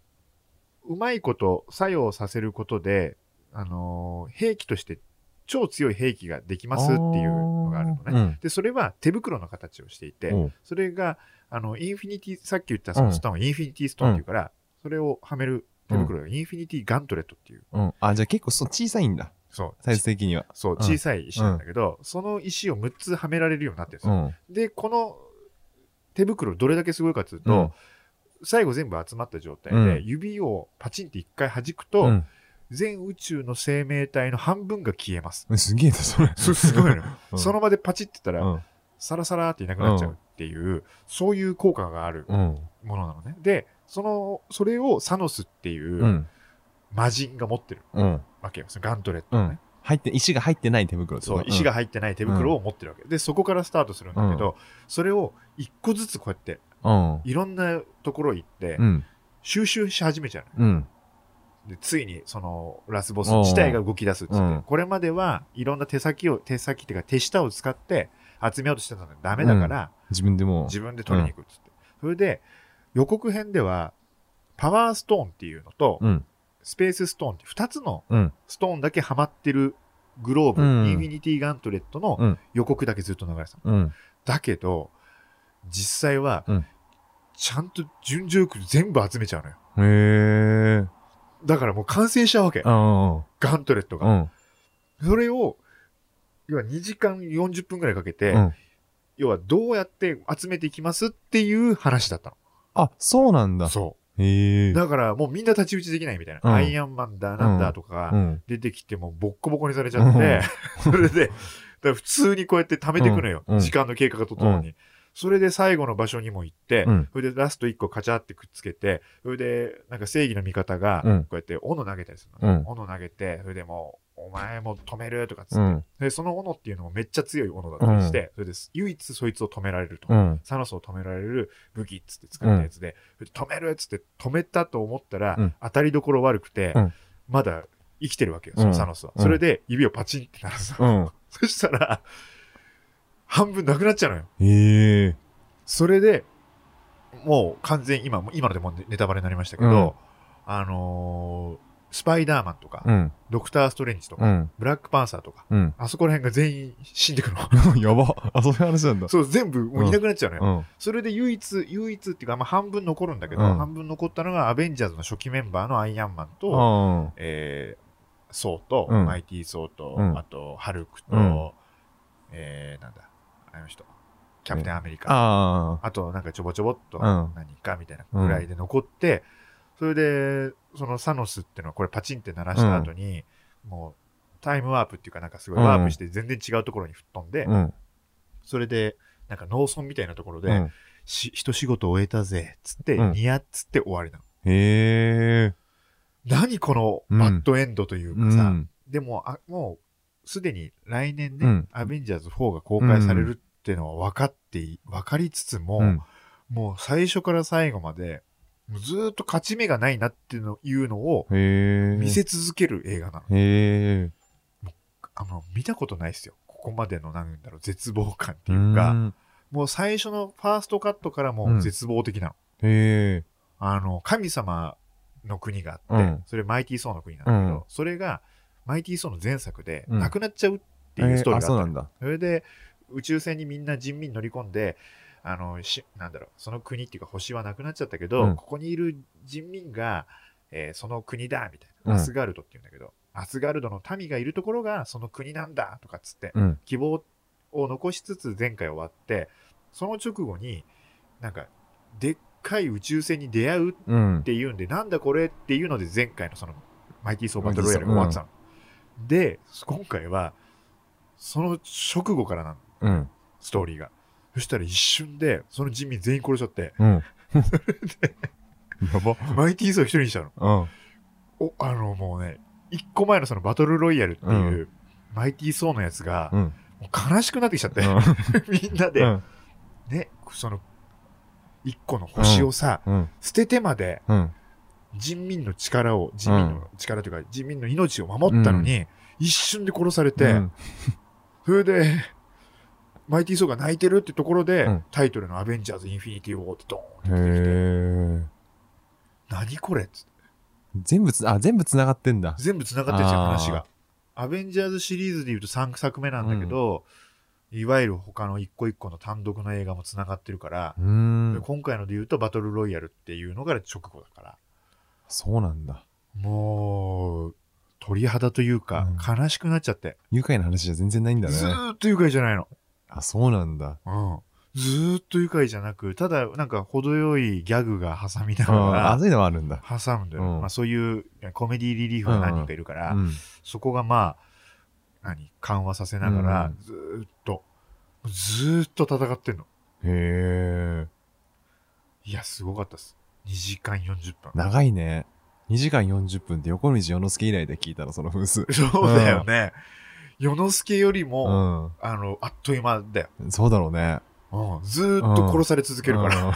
[SPEAKER 2] うまいこと作用させることで、あのー兵器として超強い兵器ができますっていうのがあるのね。
[SPEAKER 1] ね。
[SPEAKER 2] で、それは手袋の形をしていて、
[SPEAKER 1] おう
[SPEAKER 2] それが、あの、インフィニティ、さっき言ったそのストーン、インフィニティストーンっていうから、それをはめる手袋がインフィニティガントレットっていう、
[SPEAKER 1] うん。あ、じゃあ結構そう小さいんだ。
[SPEAKER 2] そう、
[SPEAKER 1] サイズ的には。
[SPEAKER 2] そう、小さい石なんだけど、その石を6つはめられるようになってるんです
[SPEAKER 1] う
[SPEAKER 2] よ。
[SPEAKER 1] ん。
[SPEAKER 2] で、この手袋どれだけすごいかっていうと、
[SPEAKER 1] うん
[SPEAKER 2] 最後全部集まった状態で、
[SPEAKER 1] うん
[SPEAKER 2] 指をパチンって一回弾くと、
[SPEAKER 1] うん
[SPEAKER 2] 全宇宙の生命体の半分が消えます。
[SPEAKER 1] うん。すげえな、それ。
[SPEAKER 2] すすごいのよ、
[SPEAKER 1] うん
[SPEAKER 2] その場でパチってたら、
[SPEAKER 1] うん。
[SPEAKER 2] サラサラっていなくなっちゃうっていう、そういう効果がある
[SPEAKER 1] うん。。
[SPEAKER 2] ものなのね。で、その、それをサノスっていううん魔人が持ってる
[SPEAKER 1] うん。
[SPEAKER 2] わけよ。そのガントレットのね。
[SPEAKER 1] うん入って、石が入ってない手袋ってこと
[SPEAKER 2] そう、石が。入ってない手袋を持ってるわけ。で、そこからスタートするんだけど、それを一個ずつこうやって、
[SPEAKER 1] うん。
[SPEAKER 2] いろんなところ行って
[SPEAKER 1] う、ん。
[SPEAKER 2] 収集し始めちゃうの
[SPEAKER 1] うん。
[SPEAKER 2] でついにそのラスボス自体が動き出すっつって、
[SPEAKER 1] うん
[SPEAKER 2] これまではいろんな手先を手先っていうか手下を使って集めようとしてたのがダメだから、
[SPEAKER 1] 自分でもう。
[SPEAKER 2] 自分で取りに行くっつって、それで予告編ではパワーストーンっていうのと、
[SPEAKER 1] うん。
[SPEAKER 2] スペースストーンって2つの
[SPEAKER 1] うん。
[SPEAKER 2] ストーンだけハマってるグローブ、
[SPEAKER 1] うん
[SPEAKER 2] インフィニティガントレット
[SPEAKER 1] う
[SPEAKER 2] の
[SPEAKER 1] ん
[SPEAKER 2] 予告だけずっと流れてたの、
[SPEAKER 1] うん。
[SPEAKER 2] だけど実際は、
[SPEAKER 1] うん
[SPEAKER 2] ちゃんと順序よく全部集めちゃうのよ
[SPEAKER 1] へえ。
[SPEAKER 2] だからもう完成しちゃうわけ、
[SPEAKER 1] うん。
[SPEAKER 2] ガントレットが
[SPEAKER 1] う、ん。
[SPEAKER 2] それを、要は2時間40分くらいかけて、
[SPEAKER 1] うん
[SPEAKER 2] 要はどうやって集めていきますっていう話だった
[SPEAKER 1] あ、そうなん
[SPEAKER 2] の。
[SPEAKER 1] だ。
[SPEAKER 2] そ
[SPEAKER 1] へえ
[SPEAKER 2] う。。だからもうみんな立ち打ちできないみたいな。
[SPEAKER 1] うん
[SPEAKER 2] アイアンマンだなんだとか
[SPEAKER 1] う
[SPEAKER 2] が
[SPEAKER 1] ん。
[SPEAKER 2] 出てきてもうボッコボコにされちゃって、それで、だから普通にこうやって貯めていくのよ。
[SPEAKER 1] うんうん
[SPEAKER 2] 時間の経過がとともに。それで最後の場所にも行って、
[SPEAKER 1] うん
[SPEAKER 2] それでラスト1個カチャってくっつけて、それでなんか正義の味方が
[SPEAKER 1] うん
[SPEAKER 2] こうやって斧投げたりする
[SPEAKER 1] うん
[SPEAKER 2] の。斧投げて、それでもう、お前も止めるとかっつって
[SPEAKER 1] うん。
[SPEAKER 2] で、その斧っていうのもめっちゃ強い斧だったりして、それです。唯一そいつを止められると。
[SPEAKER 1] うん。
[SPEAKER 2] サノスを止められる武器っつって作ったやつで、止めるっつって止めたと思ったら、
[SPEAKER 1] うん
[SPEAKER 2] 当たりどころ悪くて、
[SPEAKER 1] うん
[SPEAKER 2] まだ生きてるわけよ、そのサノスは。
[SPEAKER 1] うん
[SPEAKER 2] それで指をパチンって鳴らすの。
[SPEAKER 1] うん。
[SPEAKER 2] そしたら、半分なくなっちゃうのよ。
[SPEAKER 1] へえ。
[SPEAKER 2] それで、もう完全、今、今のでもうネタバレになりましたけど、あのースパイダーマンとか、
[SPEAKER 1] うん。
[SPEAKER 2] ドクター・ストレンジとか、
[SPEAKER 1] うん。
[SPEAKER 2] ブラックパンサーとか、
[SPEAKER 1] うん。
[SPEAKER 2] あそこら辺が全員死んでくの。
[SPEAKER 1] やば。あ、そういう話なんだ。
[SPEAKER 2] そう、全部もういなくなっちゃうのよ。
[SPEAKER 1] うん。
[SPEAKER 2] それで唯一、唯一っていうか、まあ、半分残るんだけど、
[SPEAKER 1] うん
[SPEAKER 2] 半分残ったのがアベンジャーズの初期メンバーのアイアンマンと、
[SPEAKER 1] あ
[SPEAKER 2] えー、ソウと、
[SPEAKER 1] うん
[SPEAKER 2] マイティー・ソウと、
[SPEAKER 1] うん
[SPEAKER 2] あと、ハルクと、
[SPEAKER 1] うん
[SPEAKER 2] えー、なんだ、あの人、キャプテンアメリカ、
[SPEAKER 1] あ
[SPEAKER 2] あと、なんかちょぼちょぼっと
[SPEAKER 1] うん
[SPEAKER 2] 何かみたいなぐらいで残って、それで、そのサノスっていうのはこれパチンって鳴らした後に、もう、タイムワープっていうか、なんかすごいワープして全然違うところに吹っ飛んで、
[SPEAKER 1] ー。うん。
[SPEAKER 2] それで、なんか農村みたいなところで、
[SPEAKER 1] うん
[SPEAKER 2] し、一仕事終えたぜ、つって、
[SPEAKER 1] うん
[SPEAKER 2] ニヤっつって終わりなの。
[SPEAKER 1] へえ。
[SPEAKER 2] 何このバッドエンドという
[SPEAKER 1] う
[SPEAKER 2] かさ、
[SPEAKER 1] ん。
[SPEAKER 2] でも、あ、もう、すでに来年
[SPEAKER 1] う
[SPEAKER 2] ね
[SPEAKER 1] ん、
[SPEAKER 2] アベンジャーズ4が公開されるっていうのは分かってい、分かりつつも、
[SPEAKER 1] うん。
[SPEAKER 2] もう最初から最後まで、もうずーっと勝ち目がないなっていうのいうのを
[SPEAKER 1] へえ。
[SPEAKER 2] 見せ続ける映画なの。
[SPEAKER 1] へえ。
[SPEAKER 2] あの、見たことないっすよ。ここまでの、なんだろう、絶望感って
[SPEAKER 1] う
[SPEAKER 2] いうか、
[SPEAKER 1] ん。
[SPEAKER 2] もう最初のファーストカットからもう絶望的なの。
[SPEAKER 1] へえ。
[SPEAKER 2] あの、神様の国が
[SPEAKER 1] う
[SPEAKER 2] あって、
[SPEAKER 1] ん
[SPEAKER 2] それマイティー・ソーの国なんだけど、
[SPEAKER 1] うん
[SPEAKER 2] それが、マイティー・ソーの前作で、
[SPEAKER 1] うん
[SPEAKER 2] なくなっちゃうっていうストー
[SPEAKER 1] あ、
[SPEAKER 2] リーがあった
[SPEAKER 1] そう
[SPEAKER 2] の、
[SPEAKER 1] なんだ。
[SPEAKER 2] それで、宇宙船にみんな人民乗り込んで、あの、し、なんだろう、その国っていうか星はなくなっちゃったけど、
[SPEAKER 1] うん
[SPEAKER 2] ここにいる人民が、えーその国だ、みたいうな。
[SPEAKER 1] ん
[SPEAKER 2] アスガルドっていうんだけど、アスガルドの民がいるところが、その国なんだ、とかっつって、
[SPEAKER 1] うん。
[SPEAKER 2] 希望を残しつつ前回終わって、その直後に、なんか、でっかい宇宙船に出会うっ
[SPEAKER 1] うん
[SPEAKER 2] ていうんで、なんだこれっていうので、前回のその、マイティー・ソーバトルロイヤルが終わってたの。で、今回は、その直後からなの、
[SPEAKER 1] うん
[SPEAKER 2] ストーリーが。そしたら一瞬で、その人民全員殺しちゃって、
[SPEAKER 1] うん やば
[SPEAKER 2] マイティー・ソー一人にしたの。
[SPEAKER 1] うん
[SPEAKER 2] お、あの、もうね、一個前のそのバトルロイヤルっていう、マイティー・ソーのやつが、
[SPEAKER 1] うん
[SPEAKER 2] もう悲しくなってきちゃって、 みんなで、
[SPEAKER 1] うん
[SPEAKER 2] ね、その、一個の星をさ、
[SPEAKER 1] うん
[SPEAKER 2] 捨ててまで
[SPEAKER 1] うん
[SPEAKER 2] 人民の力を、人民の力というか、人民の命を守ったのに、一瞬で殺されて、
[SPEAKER 1] うん
[SPEAKER 2] それで、マイティー・ソーが泣いてるってところで、
[SPEAKER 1] うん
[SPEAKER 2] タイトルのアベンジャーズ・インフィニティ・ウォーってドーンって出てき
[SPEAKER 1] へ
[SPEAKER 2] て、
[SPEAKER 1] え
[SPEAKER 2] 何これっつって
[SPEAKER 1] 全部つあ全部繋がってんだ
[SPEAKER 2] 全部繋がってるじゃん、
[SPEAKER 1] あー
[SPEAKER 2] 話が。アベンジャーズシリーズで言うと3作目なんだけど、いわゆる他の一個一個の単独の映画も繋がってるから
[SPEAKER 1] う、ーん
[SPEAKER 2] 今回ので言うとバトルロイヤルっていうのが直後だから、
[SPEAKER 1] そうなんだ
[SPEAKER 2] もう、鳥肌というか、悲しくなっちゃって。
[SPEAKER 1] 愉快な話じゃ全然ないんだね
[SPEAKER 2] ずーっと愉快じゃないの。
[SPEAKER 1] あそうなんだ
[SPEAKER 2] うん。ずーっと愉快じゃなく、ただ、なんか程よいギャグが挟みな
[SPEAKER 1] あ
[SPEAKER 2] が
[SPEAKER 1] そういうのもあるんだ
[SPEAKER 2] ら、挟むんだよね。
[SPEAKER 1] うん
[SPEAKER 2] まあそういうコメディリリーフが何人かいるから、
[SPEAKER 1] うん
[SPEAKER 2] そこがまあ、何、緩和させながら、
[SPEAKER 1] うん
[SPEAKER 2] ずーっと、ずーっと戦ってんの。
[SPEAKER 1] へえ
[SPEAKER 2] いや、すごかったっす。2時間40分。
[SPEAKER 1] 長いね2時間40分って横道洋之助以来で聞いたのその分数
[SPEAKER 2] そうだよね。世之助より
[SPEAKER 1] う
[SPEAKER 2] も、
[SPEAKER 1] ん
[SPEAKER 2] あの、あっという間だよ。
[SPEAKER 1] そうだろうね
[SPEAKER 2] うん、ずーっと殺され続けるから。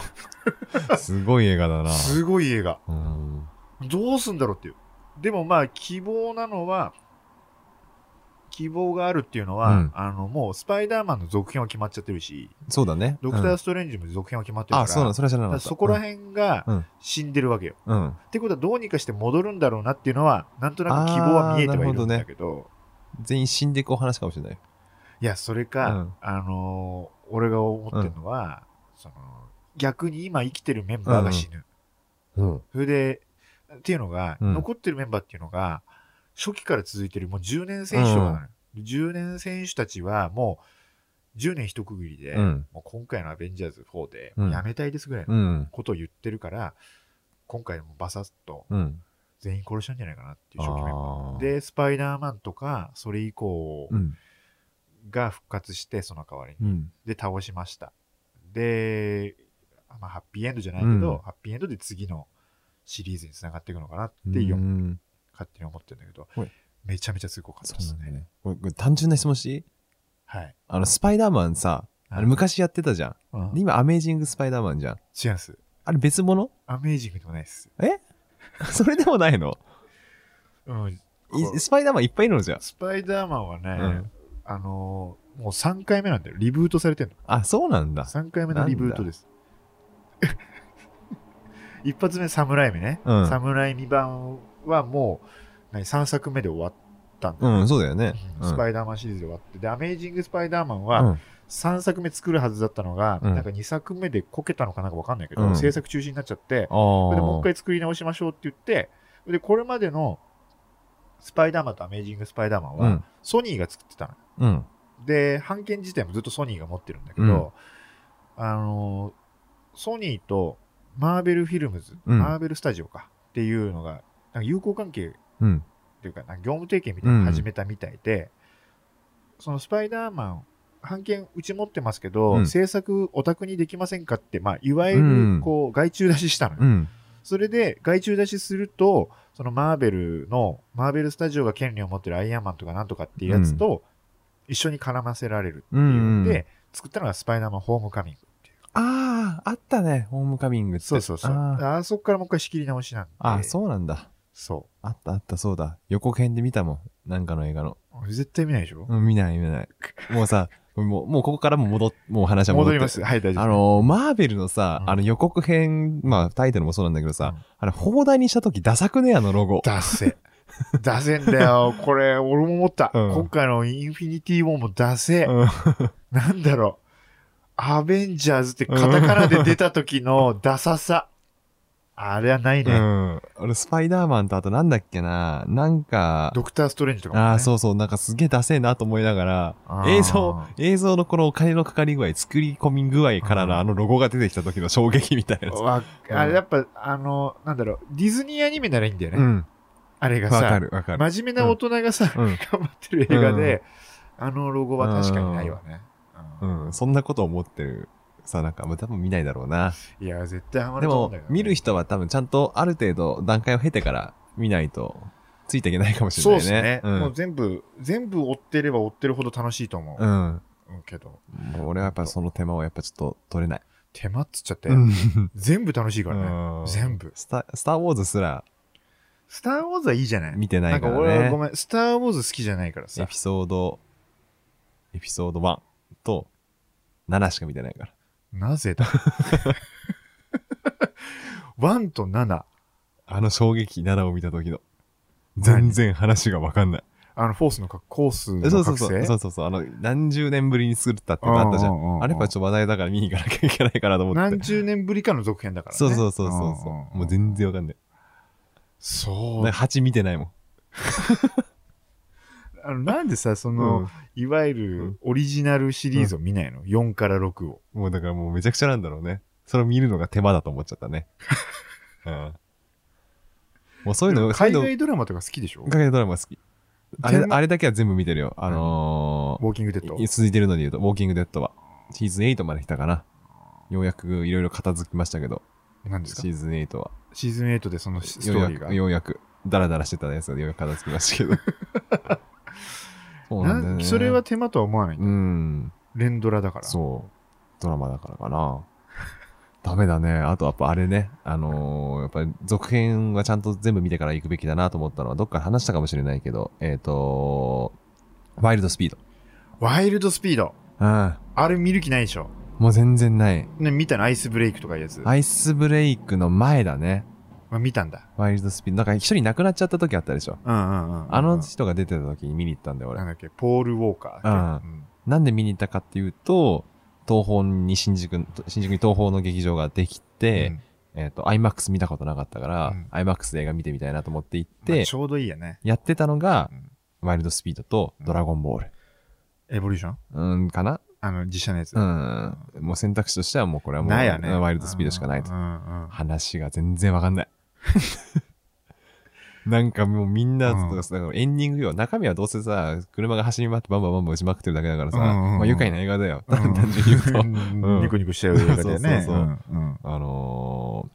[SPEAKER 1] うん すごい映画だな
[SPEAKER 2] すごい映画。
[SPEAKER 1] うん
[SPEAKER 2] どうすんだろうっていう。でもまあ、希望なのは、希望があるっていうのは、
[SPEAKER 1] うん
[SPEAKER 2] あの、もう、スパイダーマンの続編は決まっちゃってるし、
[SPEAKER 1] そうだね
[SPEAKER 2] ドクタ
[SPEAKER 1] う
[SPEAKER 2] ー・
[SPEAKER 1] ん
[SPEAKER 2] ストレンジも続編は決まってるから、
[SPEAKER 1] あそうなのそれは知らなかっ
[SPEAKER 2] だから
[SPEAKER 1] た
[SPEAKER 2] そこら辺が
[SPEAKER 1] うん
[SPEAKER 2] 死んでるわけよ。
[SPEAKER 1] うんうん
[SPEAKER 2] ってことは、どうにかして戻るんだろうなっていうのは、なんとなく希望は見えてはいるんだけど、
[SPEAKER 1] 全員死んでいくお話かもしれない
[SPEAKER 2] いや、それ
[SPEAKER 1] う
[SPEAKER 2] か
[SPEAKER 1] ん、
[SPEAKER 2] あのー俺が思ってるのは、その、逆に今生きてるメンバーが死ぬ。
[SPEAKER 1] うん
[SPEAKER 2] それで、っていうのが、
[SPEAKER 1] うん
[SPEAKER 2] 残ってるメンバーっていうのが、初期から続いてるもう10年選手とかなのよ、10年選手たちはもう10年一区切りで、
[SPEAKER 1] うん
[SPEAKER 2] もう今回のアベンジャーズ4で
[SPEAKER 1] うん
[SPEAKER 2] やめたいですぐらいの
[SPEAKER 1] うん
[SPEAKER 2] ことを言ってるから、今回もバサッと
[SPEAKER 1] うん
[SPEAKER 2] 全員殺しちゃうんじゃないかなっていう初期メンバ
[SPEAKER 1] あ
[SPEAKER 2] ー。
[SPEAKER 1] ー
[SPEAKER 2] で、スパイダーマンとか、それ以降
[SPEAKER 1] うん
[SPEAKER 2] が復活して、その代わりに。
[SPEAKER 1] うん
[SPEAKER 2] で、倒しました。で、まあ、ハッピーエンドじゃないけど、
[SPEAKER 1] うん
[SPEAKER 2] ハッピーエンドで次のシリーズにつながっていくのかなっていう
[SPEAKER 1] うん
[SPEAKER 2] 勝手に思ってるんだけど
[SPEAKER 1] はい、
[SPEAKER 2] めちゃめちゃすごかった
[SPEAKER 1] そ
[SPEAKER 2] で
[SPEAKER 1] う
[SPEAKER 2] す
[SPEAKER 1] なんだよ
[SPEAKER 2] ね。
[SPEAKER 1] ねこれこれ単純な質問していい
[SPEAKER 2] はい。
[SPEAKER 1] あのスパイダーマンさあれ昔やってたじゃん
[SPEAKER 2] うん、
[SPEAKER 1] で今アメージングスパイダーマンじゃん
[SPEAKER 2] 違うんです。
[SPEAKER 1] あれ別物
[SPEAKER 2] アメージングでもないです。
[SPEAKER 1] それでもないの
[SPEAKER 2] うん。
[SPEAKER 1] い
[SPEAKER 2] こう
[SPEAKER 1] スパイダーマンいっぱいいるのじゃん
[SPEAKER 2] スパイダーマンはね、
[SPEAKER 1] うん
[SPEAKER 2] あのーもう3回目なんだよ。リブートされてるの。
[SPEAKER 1] あそうなんだ
[SPEAKER 2] 3回目のリブートです。 一発目、サムライミね。
[SPEAKER 1] うん
[SPEAKER 2] サムライミ版はもう、何、3作目で終わったんだよね
[SPEAKER 1] うんそうだよね
[SPEAKER 2] スパ
[SPEAKER 1] イ
[SPEAKER 2] イダーマンシリーズで終わって、で、アメージング・スパイダーマン
[SPEAKER 1] ダ
[SPEAKER 2] は、3作目作るはずだったのが、
[SPEAKER 1] うん
[SPEAKER 2] なんか2作目でこけたのかなんかわかんないけど、
[SPEAKER 1] うん
[SPEAKER 2] 制作中止になっちゃって、それでもう一
[SPEAKER 1] あ
[SPEAKER 2] 回作り直しましょうって言って、で、これまでのスパイダーマンとアメージング・スパイダーマン
[SPEAKER 1] あう
[SPEAKER 2] は
[SPEAKER 1] ん、
[SPEAKER 2] ソニーが作ってた
[SPEAKER 1] う
[SPEAKER 2] の。
[SPEAKER 1] ん
[SPEAKER 2] で、版権自体もずっとソニーが持ってるんだけど、あのー、ソニーとマーベル・フィルムズ、
[SPEAKER 1] うん
[SPEAKER 2] マーベル・スタジオかっていうのが、なんか友好関係
[SPEAKER 1] うん
[SPEAKER 2] っていうかな、業務提携みたいなの始めたみたいで、そのスパイダーマン、版権うち持ってますけど、
[SPEAKER 1] うん
[SPEAKER 2] 制作お宅にできませんかって、まあ、いわ
[SPEAKER 1] う
[SPEAKER 2] ゆる、
[SPEAKER 1] ん
[SPEAKER 2] こう、外注出ししたのよ、
[SPEAKER 1] うん
[SPEAKER 2] それで、外注出しすると、そのマーベルの、マーベルスタジオが権利を持ってるアイアンマンとかなんとかっていうやつと、一緒に絡ませられるっていうんで、
[SPEAKER 1] うんう
[SPEAKER 2] 作ったのがスパイダーマンホームカミングっていう。
[SPEAKER 1] あああったねホームカミングって
[SPEAKER 2] そうそうそう。
[SPEAKER 1] あー
[SPEAKER 2] あそこからもう一回仕切り直しなんで。
[SPEAKER 1] あそうなんだ
[SPEAKER 2] そ
[SPEAKER 1] あったあったそうだ予告編で見たもんなんかの映画の
[SPEAKER 2] う。絶対見ないでしょ、
[SPEAKER 1] うん見ない見ないもうさもうもうここからも戻っもう話は戻っ
[SPEAKER 2] 戻
[SPEAKER 1] て
[SPEAKER 2] ります。はい、大丈夫。
[SPEAKER 1] あのーマーベルのさ、
[SPEAKER 2] うん
[SPEAKER 1] あの予告編、まあタイトルもそうなんだけどさ、
[SPEAKER 2] うん
[SPEAKER 1] あれ、放題にしたとき、ダサくねあのロゴ。
[SPEAKER 2] 出せ。出せんだ よ。これ、俺も思った。
[SPEAKER 1] うん
[SPEAKER 2] 今回のインフィニティ・ウォーも出せ。
[SPEAKER 1] うん
[SPEAKER 2] なんだろう。アベンジャーズってカタカナで出た時のダサさ。あれはないね。
[SPEAKER 1] うん。俺、スパイダーマンとあとなんだっけな、なんか、
[SPEAKER 2] ドクター・ストレンジとかも、ね。
[SPEAKER 1] ああ、そうそう、なんかすげえダセえなと思いなが
[SPEAKER 2] あ
[SPEAKER 1] ら、
[SPEAKER 2] ー
[SPEAKER 1] 映像、映像のこのお金のかかり具合、作り込み具合から
[SPEAKER 2] うん
[SPEAKER 1] のあのロゴが出てきた時の衝撃みたいな。
[SPEAKER 2] わあれやっぱ、あの、なんだろう、ディズニーアニメならいいんだよね。
[SPEAKER 1] うん。
[SPEAKER 2] あれが
[SPEAKER 1] わか
[SPEAKER 2] さ、
[SPEAKER 1] るわかる。
[SPEAKER 2] 真面目な大人がさ、
[SPEAKER 1] うん。
[SPEAKER 2] 頑張ってる映画で、あのロゴは確かにないわね。うん
[SPEAKER 1] うん。そんなこと思ってる。さ、なんか、もう多分見ないだろうな。
[SPEAKER 2] いや、絶対ハマ
[SPEAKER 1] で
[SPEAKER 2] ると思うん
[SPEAKER 1] も
[SPEAKER 2] だけど、、ね。
[SPEAKER 1] 見る人は多分ちゃんとある程度段階を経てから見ないと、ついていけないかもし
[SPEAKER 2] そう
[SPEAKER 1] れ
[SPEAKER 2] で
[SPEAKER 1] ないね。
[SPEAKER 2] すね、
[SPEAKER 1] うん
[SPEAKER 2] もう全部、全部追ってれば追ってるほど楽しいと思う。
[SPEAKER 1] うん。
[SPEAKER 2] うんけど、
[SPEAKER 1] もう俺はやっぱその手間をやっぱちょっと取れない。
[SPEAKER 2] 手間っつっちゃって、
[SPEAKER 1] うん
[SPEAKER 2] 全部楽しいからね。全部。
[SPEAKER 1] スタスター・ウォーズすら
[SPEAKER 2] スター・ウォーズはいいじゃない
[SPEAKER 1] 見てな
[SPEAKER 2] ないん
[SPEAKER 1] か
[SPEAKER 2] から
[SPEAKER 1] ね。
[SPEAKER 2] 俺はごめん、スター・ウォーズ好きじゃないから
[SPEAKER 1] エ
[SPEAKER 2] さ
[SPEAKER 1] ピ。ソード、エピソード1と7しか見てないから。
[SPEAKER 2] なぜ だ ?1 と7。
[SPEAKER 1] あの衝撃7を見た時の。全然話がわかんない。
[SPEAKER 2] あの、フォースのかコースの
[SPEAKER 1] そう
[SPEAKER 2] 覚
[SPEAKER 1] そ
[SPEAKER 2] 醒
[SPEAKER 1] うそう。そうそうそう。あの、何十年ぶりに作ったってなったじゃ
[SPEAKER 2] うんうんうんうん
[SPEAKER 1] ん。あれやっぱちょっと話題だから見に行かなきゃいけないかなと思って。
[SPEAKER 2] 何十年ぶりかの続編だからね。
[SPEAKER 1] そうそうそうそうそう。
[SPEAKER 2] んんん
[SPEAKER 1] もう全然わかんない。
[SPEAKER 2] そ
[SPEAKER 1] なん
[SPEAKER 2] う
[SPEAKER 1] か8見てないもん。
[SPEAKER 2] あのなんでさ、その、
[SPEAKER 1] も
[SPEAKER 2] いわゆ
[SPEAKER 1] う
[SPEAKER 2] る
[SPEAKER 1] ん
[SPEAKER 2] オリジナルシリーズを見ないの、?4 から6を。
[SPEAKER 1] うだからもうめちゃくちゃなんだろうね。それを見るのが手間だと思っちゃった ね。うん。もうそういうの、そうい
[SPEAKER 2] 海
[SPEAKER 1] うの
[SPEAKER 2] 外ドラマとか好きでしょ
[SPEAKER 1] 海外ドラマ好き。あれ
[SPEAKER 2] 全、部
[SPEAKER 1] あれだけは全部見てるよ。あの
[SPEAKER 2] ウォーキングデッド
[SPEAKER 1] ー、。続いてるので言うと、ウォーキングデッドは。シーズン8まで来たかな。ようやくいろいろ片付きましたけど、
[SPEAKER 2] 何ですか
[SPEAKER 1] シーズン8は。
[SPEAKER 2] シーズン8でそのスト
[SPEAKER 1] よう
[SPEAKER 2] ー
[SPEAKER 1] や
[SPEAKER 2] リーが
[SPEAKER 1] く、。ようやく、ダラダラしてたやつでようやく片付きましたけど。 そうなんだよ
[SPEAKER 2] なん
[SPEAKER 1] ね。
[SPEAKER 2] それは、手間とは思わないんだ。
[SPEAKER 1] うん、
[SPEAKER 2] 連ドラだから。
[SPEAKER 1] そう。ドラマだからかな。 ダメだね。あと、やっぱあれね、あのーやっぱり続編はちゃんと全部見てから行くべきだなと思ったのは、どっかで話したかもしれないけど、えっ、とワイルドスピード。
[SPEAKER 2] ワイルドスピード。
[SPEAKER 1] うん。
[SPEAKER 2] あれ見る気ないでしょ。
[SPEAKER 1] もう全然ない。
[SPEAKER 2] ね、見たのアイスブレイクとかいうやつ。
[SPEAKER 1] アイスブレイクの前だね。
[SPEAKER 2] まあ、見たんだ。
[SPEAKER 1] ワイルドスピード。なんか一人亡くなっちゃった時あったでしょ。
[SPEAKER 2] うんうんうんうん。
[SPEAKER 1] あの人が出てた時に見に行ったんだよ、
[SPEAKER 2] なん
[SPEAKER 1] 俺。
[SPEAKER 2] だっけ、ポール・ウォーカーだっけ。うん
[SPEAKER 1] なんで見に行ったかっていうと、東方に新宿、新宿に東方の劇場ができて、えっ、と、IMAX 見たことなかったから、IMAX で映画見てみたいなと思って行っ
[SPEAKER 2] うんま
[SPEAKER 1] て
[SPEAKER 2] あ、ちょうどいいやね。
[SPEAKER 1] やってたのが
[SPEAKER 2] う、ん
[SPEAKER 1] ワイルドスピードとドラゴンボール。
[SPEAKER 2] エボリューション
[SPEAKER 1] うん、かな
[SPEAKER 2] あの、実写のやつ。
[SPEAKER 1] うん。もう選択肢としてはもうこれはもう、
[SPEAKER 2] ないやね。
[SPEAKER 1] ワイルドスピードしかないと
[SPEAKER 2] う。んうんうん
[SPEAKER 1] 話が全然わかん ない。なんかもうみんな、
[SPEAKER 2] うん
[SPEAKER 1] だからエンディングよ。中身はどうせさ、車が走り回ってバンバンバンバン打ちまくってるだけだからさ、
[SPEAKER 2] うんうんうん
[SPEAKER 1] まあ愉快な映画だよ。 単
[SPEAKER 2] 単
[SPEAKER 1] 純に言うと。うん
[SPEAKER 2] ニコニコしちゃう映画だ
[SPEAKER 1] そう
[SPEAKER 2] よね。
[SPEAKER 1] そうそう
[SPEAKER 2] うんうん
[SPEAKER 1] あの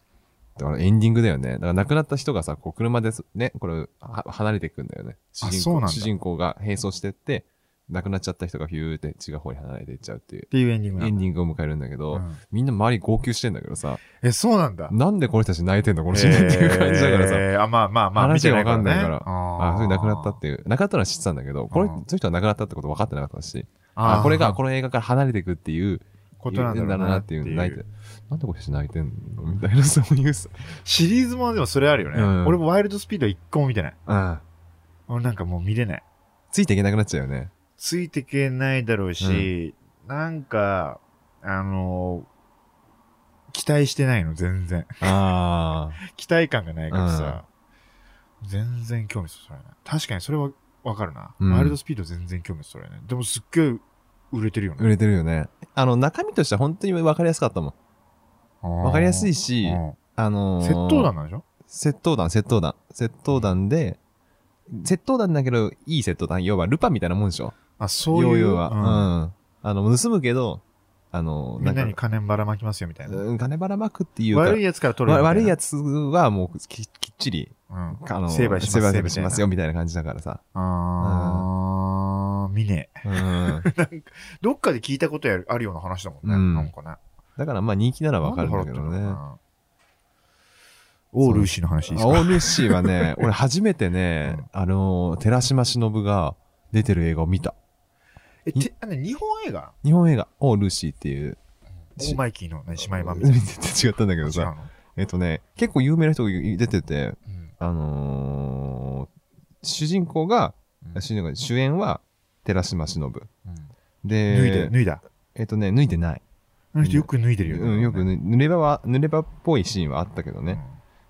[SPEAKER 1] ー、だからエンディングだよね。だから亡くなった人がさ、こう車です、ね、これ、は離れていくんだよね。主人
[SPEAKER 2] そう
[SPEAKER 1] 公
[SPEAKER 2] なんだ
[SPEAKER 1] 主人公が並走してって、亡くなっちゃった人がヒューって違う方に離れていっちゃうっていう
[SPEAKER 2] っていうエンディングな
[SPEAKER 1] エン
[SPEAKER 2] ん
[SPEAKER 1] ディングを迎えるんだけど、
[SPEAKER 2] だうん
[SPEAKER 1] みんな周り号泣してんだけどさ、
[SPEAKER 2] え、そうなんだ。
[SPEAKER 1] なんでこの人たち泣いてんのこのシーンっていう感じだからさ、
[SPEAKER 2] えーあ、まあまあまあ、
[SPEAKER 1] 話が
[SPEAKER 2] 見てね
[SPEAKER 1] わかんないからあ、
[SPEAKER 2] あ
[SPEAKER 1] それ亡くなったっていう。亡くなったのは知ってたんだけど、これ、
[SPEAKER 2] う
[SPEAKER 1] そ
[SPEAKER 2] ん
[SPEAKER 1] の人は亡くなったってこと分かってなかったし、
[SPEAKER 2] あ
[SPEAKER 1] あ
[SPEAKER 2] ー
[SPEAKER 1] これが、この映画から離れていくっていう、
[SPEAKER 2] ことなんだろう
[SPEAKER 1] なっていう、泣いて、なんでこれ泣いてんのみたいな、そういうさ。
[SPEAKER 2] シリーズもでもそれあるよね。
[SPEAKER 1] うん
[SPEAKER 2] 俺もワイルドスピード一個も見てない。
[SPEAKER 1] うん。
[SPEAKER 2] 俺なんかもう見れない。
[SPEAKER 1] ついていけなくなっちゃうよ ね。
[SPEAKER 2] ついてけないだろうし、なんか、あのー期待してないの、全然。
[SPEAKER 1] あ
[SPEAKER 2] 期待感がないからさ、全然興味そそられない。確かにそれはわかるな。
[SPEAKER 1] うん
[SPEAKER 2] ワイルドスピード全然興味そそられない。でもすっげえ売れてるよ
[SPEAKER 1] あ。売
[SPEAKER 2] ね。
[SPEAKER 1] れてるよね。あの、中身としては本当に分かりやすかったもん。
[SPEAKER 2] わ
[SPEAKER 1] 分かりやすい
[SPEAKER 2] し、
[SPEAKER 1] し、
[SPEAKER 2] うん
[SPEAKER 1] あのー
[SPEAKER 2] 窃盗団なんでしょ
[SPEAKER 1] 窃盗団、窃盗団。窃盗団で、窃盗団だけど、いい窃盗団。要は、ルパンみたいなもんでしょ
[SPEAKER 2] あ、そういう。
[SPEAKER 1] ヨーヨーは、
[SPEAKER 2] う
[SPEAKER 1] うんん。あの、盗むけど、あの、
[SPEAKER 2] みんなに
[SPEAKER 1] か
[SPEAKER 2] 金ばらまきますよみたいな。
[SPEAKER 1] うん金ばらまくっていうか、
[SPEAKER 2] 悪いやつから取る
[SPEAKER 1] わ悪いや
[SPEAKER 2] つ。
[SPEAKER 1] つはもうききっちり、
[SPEAKER 2] うん
[SPEAKER 1] あの、
[SPEAKER 2] 成敗します
[SPEAKER 1] 成敗しますよみたいな感じだからさ。
[SPEAKER 2] あー、見ねえ。
[SPEAKER 1] うん。
[SPEAKER 2] どっかで聞いたことやるあるような話だもんね。
[SPEAKER 1] うん
[SPEAKER 2] なんかね。
[SPEAKER 1] だからまあ人気ならわかるんだけど
[SPEAKER 2] なんで払ってんの
[SPEAKER 1] ね
[SPEAKER 2] か。な。オールーシーの話いいです
[SPEAKER 1] 青
[SPEAKER 2] か
[SPEAKER 1] ルーシーは ね、俺初めてね、あの、寺島しのぶが出てる映画を見た。
[SPEAKER 2] え、て、あの日本映画
[SPEAKER 1] 日本映画、オールーシーっていう。
[SPEAKER 2] オーマイキーの何姉 妹版みたいな。
[SPEAKER 1] 全然違ったんだけど
[SPEAKER 2] 違う
[SPEAKER 1] さ。
[SPEAKER 2] の
[SPEAKER 1] えっとね、結構有名な人が出てて、
[SPEAKER 2] うん
[SPEAKER 1] あのー、主人公が、
[SPEAKER 2] うん
[SPEAKER 1] 主人公主演は寺島しのぶ。
[SPEAKER 2] うん
[SPEAKER 1] で、
[SPEAKER 2] 脱いで、脱いだ。
[SPEAKER 1] えっとね、脱いでない。
[SPEAKER 2] あの人よく脱いでるよね。
[SPEAKER 1] うん、よく
[SPEAKER 2] い
[SPEAKER 1] ね濡れ場は、濡れ場っぽいシーンはあったけどね。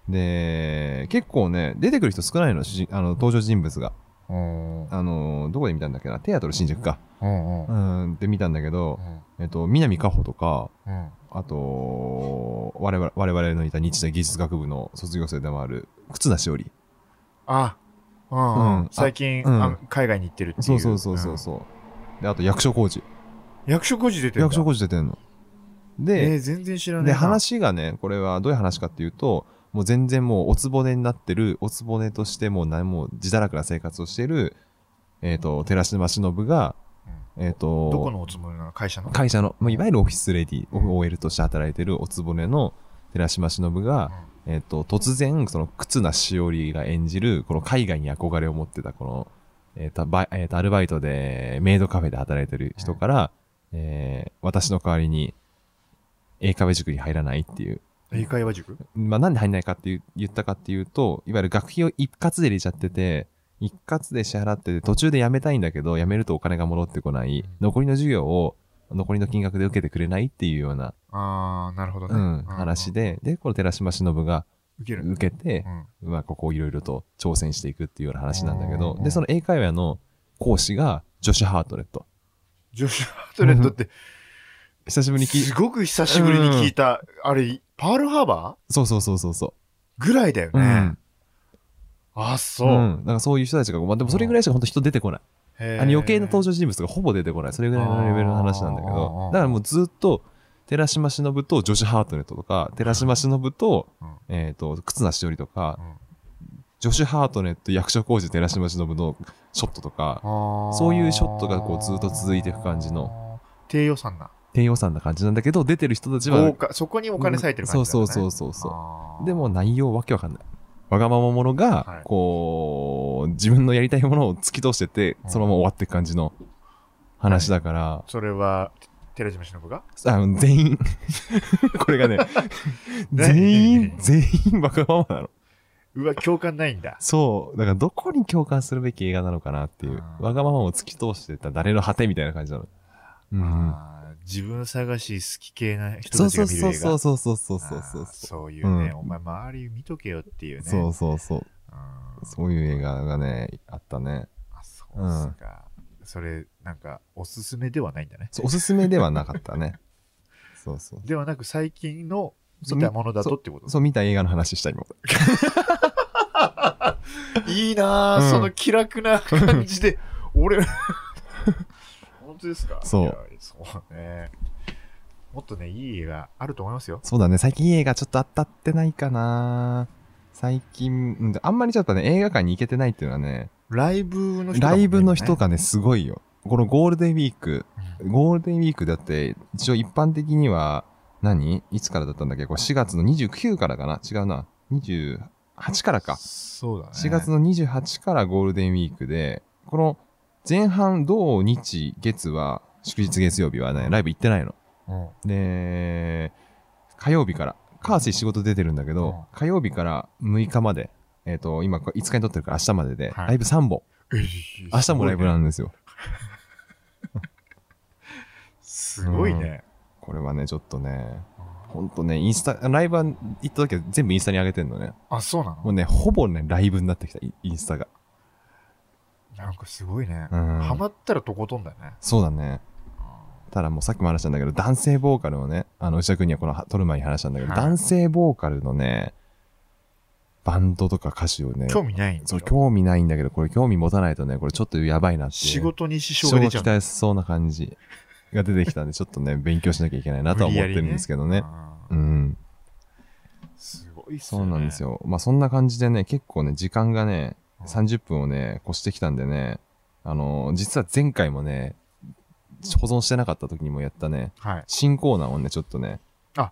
[SPEAKER 1] で、結構ね、出てくる人少ないの、主人あの登場人物が。
[SPEAKER 2] うん。うん
[SPEAKER 1] あの、どこで見たんだっけな、テアトル新宿か。
[SPEAKER 2] うん。
[SPEAKER 1] う、
[SPEAKER 2] うん
[SPEAKER 1] で見たんだけど、
[SPEAKER 2] ん
[SPEAKER 1] えっと、南加穂とか、
[SPEAKER 2] うん。
[SPEAKER 1] あと、我々我々のいた日大技術学部の卒業生でもある、忽那しおり。
[SPEAKER 2] あ、う
[SPEAKER 1] うんん。
[SPEAKER 2] 最近、
[SPEAKER 1] うん
[SPEAKER 2] あ海外に行ってるっていう。
[SPEAKER 1] そうそうそうそうそう。で、あと役所工事。
[SPEAKER 2] うん。役所工事出てる。
[SPEAKER 1] 役所工事出てんの。で、
[SPEAKER 2] えー、全然知らないな。
[SPEAKER 1] で、話がね、これはどういう話かっていうと、もう全然もうおつぼねになってる、おつぼねとしてもう何も自堕落な生活をしてる、えっ、と、寺島しのぶが、えっ、と、
[SPEAKER 2] どこのおつもりなの会社の。
[SPEAKER 1] 会社の、まあ、いわゆるオフィスレディ、OL として働いてるおつぼねの寺島しのぶが、えっ、と、突然、その、忽那しおりが演じる、この海外に憧れを持ってた、この、えっ、と、バイえーとアルバイトで、メイドカフェで働いてる人から、えー私の代わりに、英会話塾に入らないっていう、
[SPEAKER 2] うん英会話塾
[SPEAKER 1] まあ、なんで入んないかっていう言ったかっていうと、いわゆる学費を一括で入れちゃってて、一括で支払ってて、途中で辞めたいんだけど、辞めるとお金が戻ってこない、残りの授業を残りの金額で受けてくれないっていうような、
[SPEAKER 2] ああ、なるほどね。
[SPEAKER 1] うん話。で、で、この寺島しのぶが
[SPEAKER 2] 受ける。
[SPEAKER 1] 受けて
[SPEAKER 2] う、ん。
[SPEAKER 1] まあ、ここをいろいろと挑戦していくっていうような話なんだけど
[SPEAKER 2] う、ん
[SPEAKER 1] で、その英会話の講師がジョシュ・ハートレット。
[SPEAKER 2] ジョシュ・ハートレットって、
[SPEAKER 1] 久しぶりに聞
[SPEAKER 2] す
[SPEAKER 1] い、
[SPEAKER 2] ごく久しぶりに聞いた、あれ、パールハーバ
[SPEAKER 1] そうそうそうそうそ
[SPEAKER 2] ーぐらいだよ
[SPEAKER 1] う。うん
[SPEAKER 2] ね。。あ、そうう。
[SPEAKER 1] ん。なんかそういう人たちが、まあ、でもそれぐらいしか本当人出てこない。
[SPEAKER 2] へー
[SPEAKER 1] あの余計な登場人物がほぼ出てこない。それぐらいのレベルの話なんだけ
[SPEAKER 2] あーあ
[SPEAKER 1] ど
[SPEAKER 2] ー、
[SPEAKER 1] だからもうずっと、寺島しのぶとジョシュ・ハートネットとか、寺島しのぶと
[SPEAKER 2] うん、
[SPEAKER 1] えっと、忽那しおりとか
[SPEAKER 2] うん、
[SPEAKER 1] ジョシュ・ハートネット役所工事寺島しのぶのショットとか、
[SPEAKER 2] あー
[SPEAKER 1] そういうショットがこうずっと続いていく感じの。
[SPEAKER 2] 低予算な。
[SPEAKER 1] 低予算な感じなんだけど、出てる人たちは、
[SPEAKER 2] 豪華。そこにお金割いてる感じ
[SPEAKER 1] そうそううそうそう。
[SPEAKER 2] そう
[SPEAKER 1] でも、内容わけわかんない。わがまま者
[SPEAKER 2] は
[SPEAKER 1] が
[SPEAKER 2] い、
[SPEAKER 1] こう、自分のやりたいものを突き通してて、そのまま終わっていく感じの話だから、
[SPEAKER 2] それは、寺島しのぶが
[SPEAKER 1] あの全 員これがね
[SPEAKER 2] 何
[SPEAKER 1] 全員全員わがままなの
[SPEAKER 2] うわ、共感ないんだ。
[SPEAKER 1] そうだからどこに共感するべき映画なのかなっていう
[SPEAKER 2] あー
[SPEAKER 1] わがままを突き通してた誰の果てみたいな感じなのうん
[SPEAKER 2] あー自分探し好き系な
[SPEAKER 1] そ
[SPEAKER 2] 人た
[SPEAKER 1] う
[SPEAKER 2] ち
[SPEAKER 1] そ
[SPEAKER 2] が
[SPEAKER 1] う
[SPEAKER 2] 見る映
[SPEAKER 1] そ
[SPEAKER 2] 画
[SPEAKER 1] うそうそうそうそうそう
[SPEAKER 2] あ
[SPEAKER 1] そう
[SPEAKER 2] ー
[SPEAKER 1] そ
[SPEAKER 2] そういうね、
[SPEAKER 1] うん
[SPEAKER 2] お前周り見とけよっていう
[SPEAKER 1] う
[SPEAKER 2] ね。
[SPEAKER 1] そう
[SPEAKER 2] う。
[SPEAKER 1] そうそう
[SPEAKER 2] あ
[SPEAKER 1] そういう映画がねあったね
[SPEAKER 2] そうっすか。それ、なんか、おすすめではないんだね。
[SPEAKER 1] そうおすすめではなかった ねそうそう
[SPEAKER 2] ではなく、最近の
[SPEAKER 1] そう
[SPEAKER 2] 見たものだとってこと
[SPEAKER 1] そう見た映画の話したいも
[SPEAKER 2] いいな
[SPEAKER 1] うん
[SPEAKER 2] ぁ、その気楽な感じで。 俺、本当ですか
[SPEAKER 1] そう
[SPEAKER 2] いやそうね。もっとね、いい映画あると思いますよ。
[SPEAKER 1] そうだね最近いい映画ちょっと当たってないかな最近うんあんまりちょっとね映画館に行けてないっていうのはね
[SPEAKER 2] ライブの人だも
[SPEAKER 1] ラ
[SPEAKER 2] んね、
[SPEAKER 1] イブの人
[SPEAKER 2] か。
[SPEAKER 1] がね、すごいよ。このゴールデンウィーク、ゴールデンウィークだって、一応一般的には何、いつからだったんだっけこれ4月の29からかな違うな。28からか。
[SPEAKER 2] そうだね。
[SPEAKER 1] 4月の28からゴールデンウィークで、この前半、土日月は、祝日月曜日はね、ライブ行ってないの。
[SPEAKER 2] うん。
[SPEAKER 1] で、火曜日から、カーシー仕事出てるんだけど、
[SPEAKER 2] うん
[SPEAKER 1] 火曜日から6日まで、えっ、と、今5日に撮ってるから明日までで、
[SPEAKER 2] はい
[SPEAKER 1] ライブ3本。明
[SPEAKER 2] 明
[SPEAKER 1] 日もライブなんですよ。
[SPEAKER 2] すごいね。
[SPEAKER 1] これはね、ちょっとね、ほんとね、インスタ、ライブは行った時は全部インスタに上げてんのね。
[SPEAKER 2] あ、そうな
[SPEAKER 1] も
[SPEAKER 2] の
[SPEAKER 1] うね、ほぼね、ライブになってきた、イインスタが。
[SPEAKER 2] なんかすごいね。
[SPEAKER 1] うん。
[SPEAKER 2] ハマったらとことんだね。
[SPEAKER 1] そうだね。ただもうさっきも話したんだけど、男性ボーカルをね、あの、牛田君にはこのは撮る前に話したんだけど、
[SPEAKER 2] はい
[SPEAKER 1] 男性ボーカルのね、バンドとか歌手をね、
[SPEAKER 2] 興味ないんだ
[SPEAKER 1] そう、興味ないんだけど、これ興味持たないとね、これちょっとやばいなっていう、
[SPEAKER 2] 仕事に支
[SPEAKER 1] 支
[SPEAKER 2] 障が
[SPEAKER 1] 障
[SPEAKER 2] 出
[SPEAKER 1] が期
[SPEAKER 2] ちゃうんだ
[SPEAKER 1] 待しそうな感じが出てきたんで、ちょっとね、勉強しなきゃいけないなとは思ってるんですけどね。う
[SPEAKER 2] う
[SPEAKER 1] んん。
[SPEAKER 2] すごいっす
[SPEAKER 1] そ
[SPEAKER 2] よ
[SPEAKER 1] う
[SPEAKER 2] ね。
[SPEAKER 1] なんですよ。まあそんな感じでね、結構ね、時間がね、30分をね、越してきたんでね、あのー実は前回もね、保存してなかった時にもやったね、
[SPEAKER 2] はい。
[SPEAKER 1] 新コーナーをね、ちょっとね、
[SPEAKER 2] あ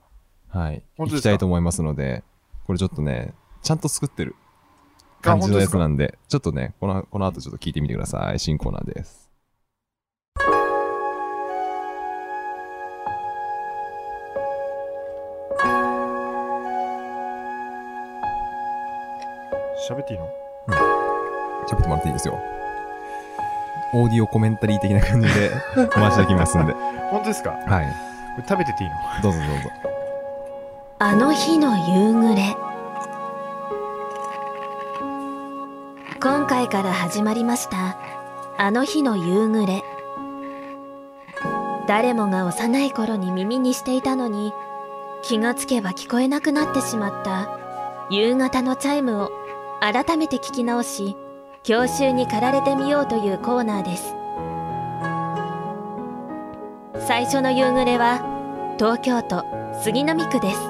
[SPEAKER 1] はい、行
[SPEAKER 2] 本当で
[SPEAKER 1] き
[SPEAKER 2] すか
[SPEAKER 1] たいと思いますので、これちょっとね、ちゃんと作ってる
[SPEAKER 2] あ
[SPEAKER 1] 感じのや
[SPEAKER 2] 本当です
[SPEAKER 1] つ
[SPEAKER 2] か
[SPEAKER 1] なんで、ちょっとね、この、この後ちょっと聞いてみてください。新コーナーです。
[SPEAKER 2] 喋っていいの
[SPEAKER 1] 喋ってもらっていいですよ。オーディオコメンタリー的な感じ でお待ちしてきますんで。は
[SPEAKER 2] 本当ですかこ
[SPEAKER 1] い。
[SPEAKER 2] れ食べてていいの
[SPEAKER 1] どうぞどうぞ。
[SPEAKER 3] あの日の夕暮れ今回から始まりましたあの日の夕暮れ誰もが幼い頃に耳にしていたのに気がつけば聞こえなくなってしまった夕方のチャイムを改めて聞き直し教習に駆られてみようというコーナーです最初の夕暮れは東京都杉並区です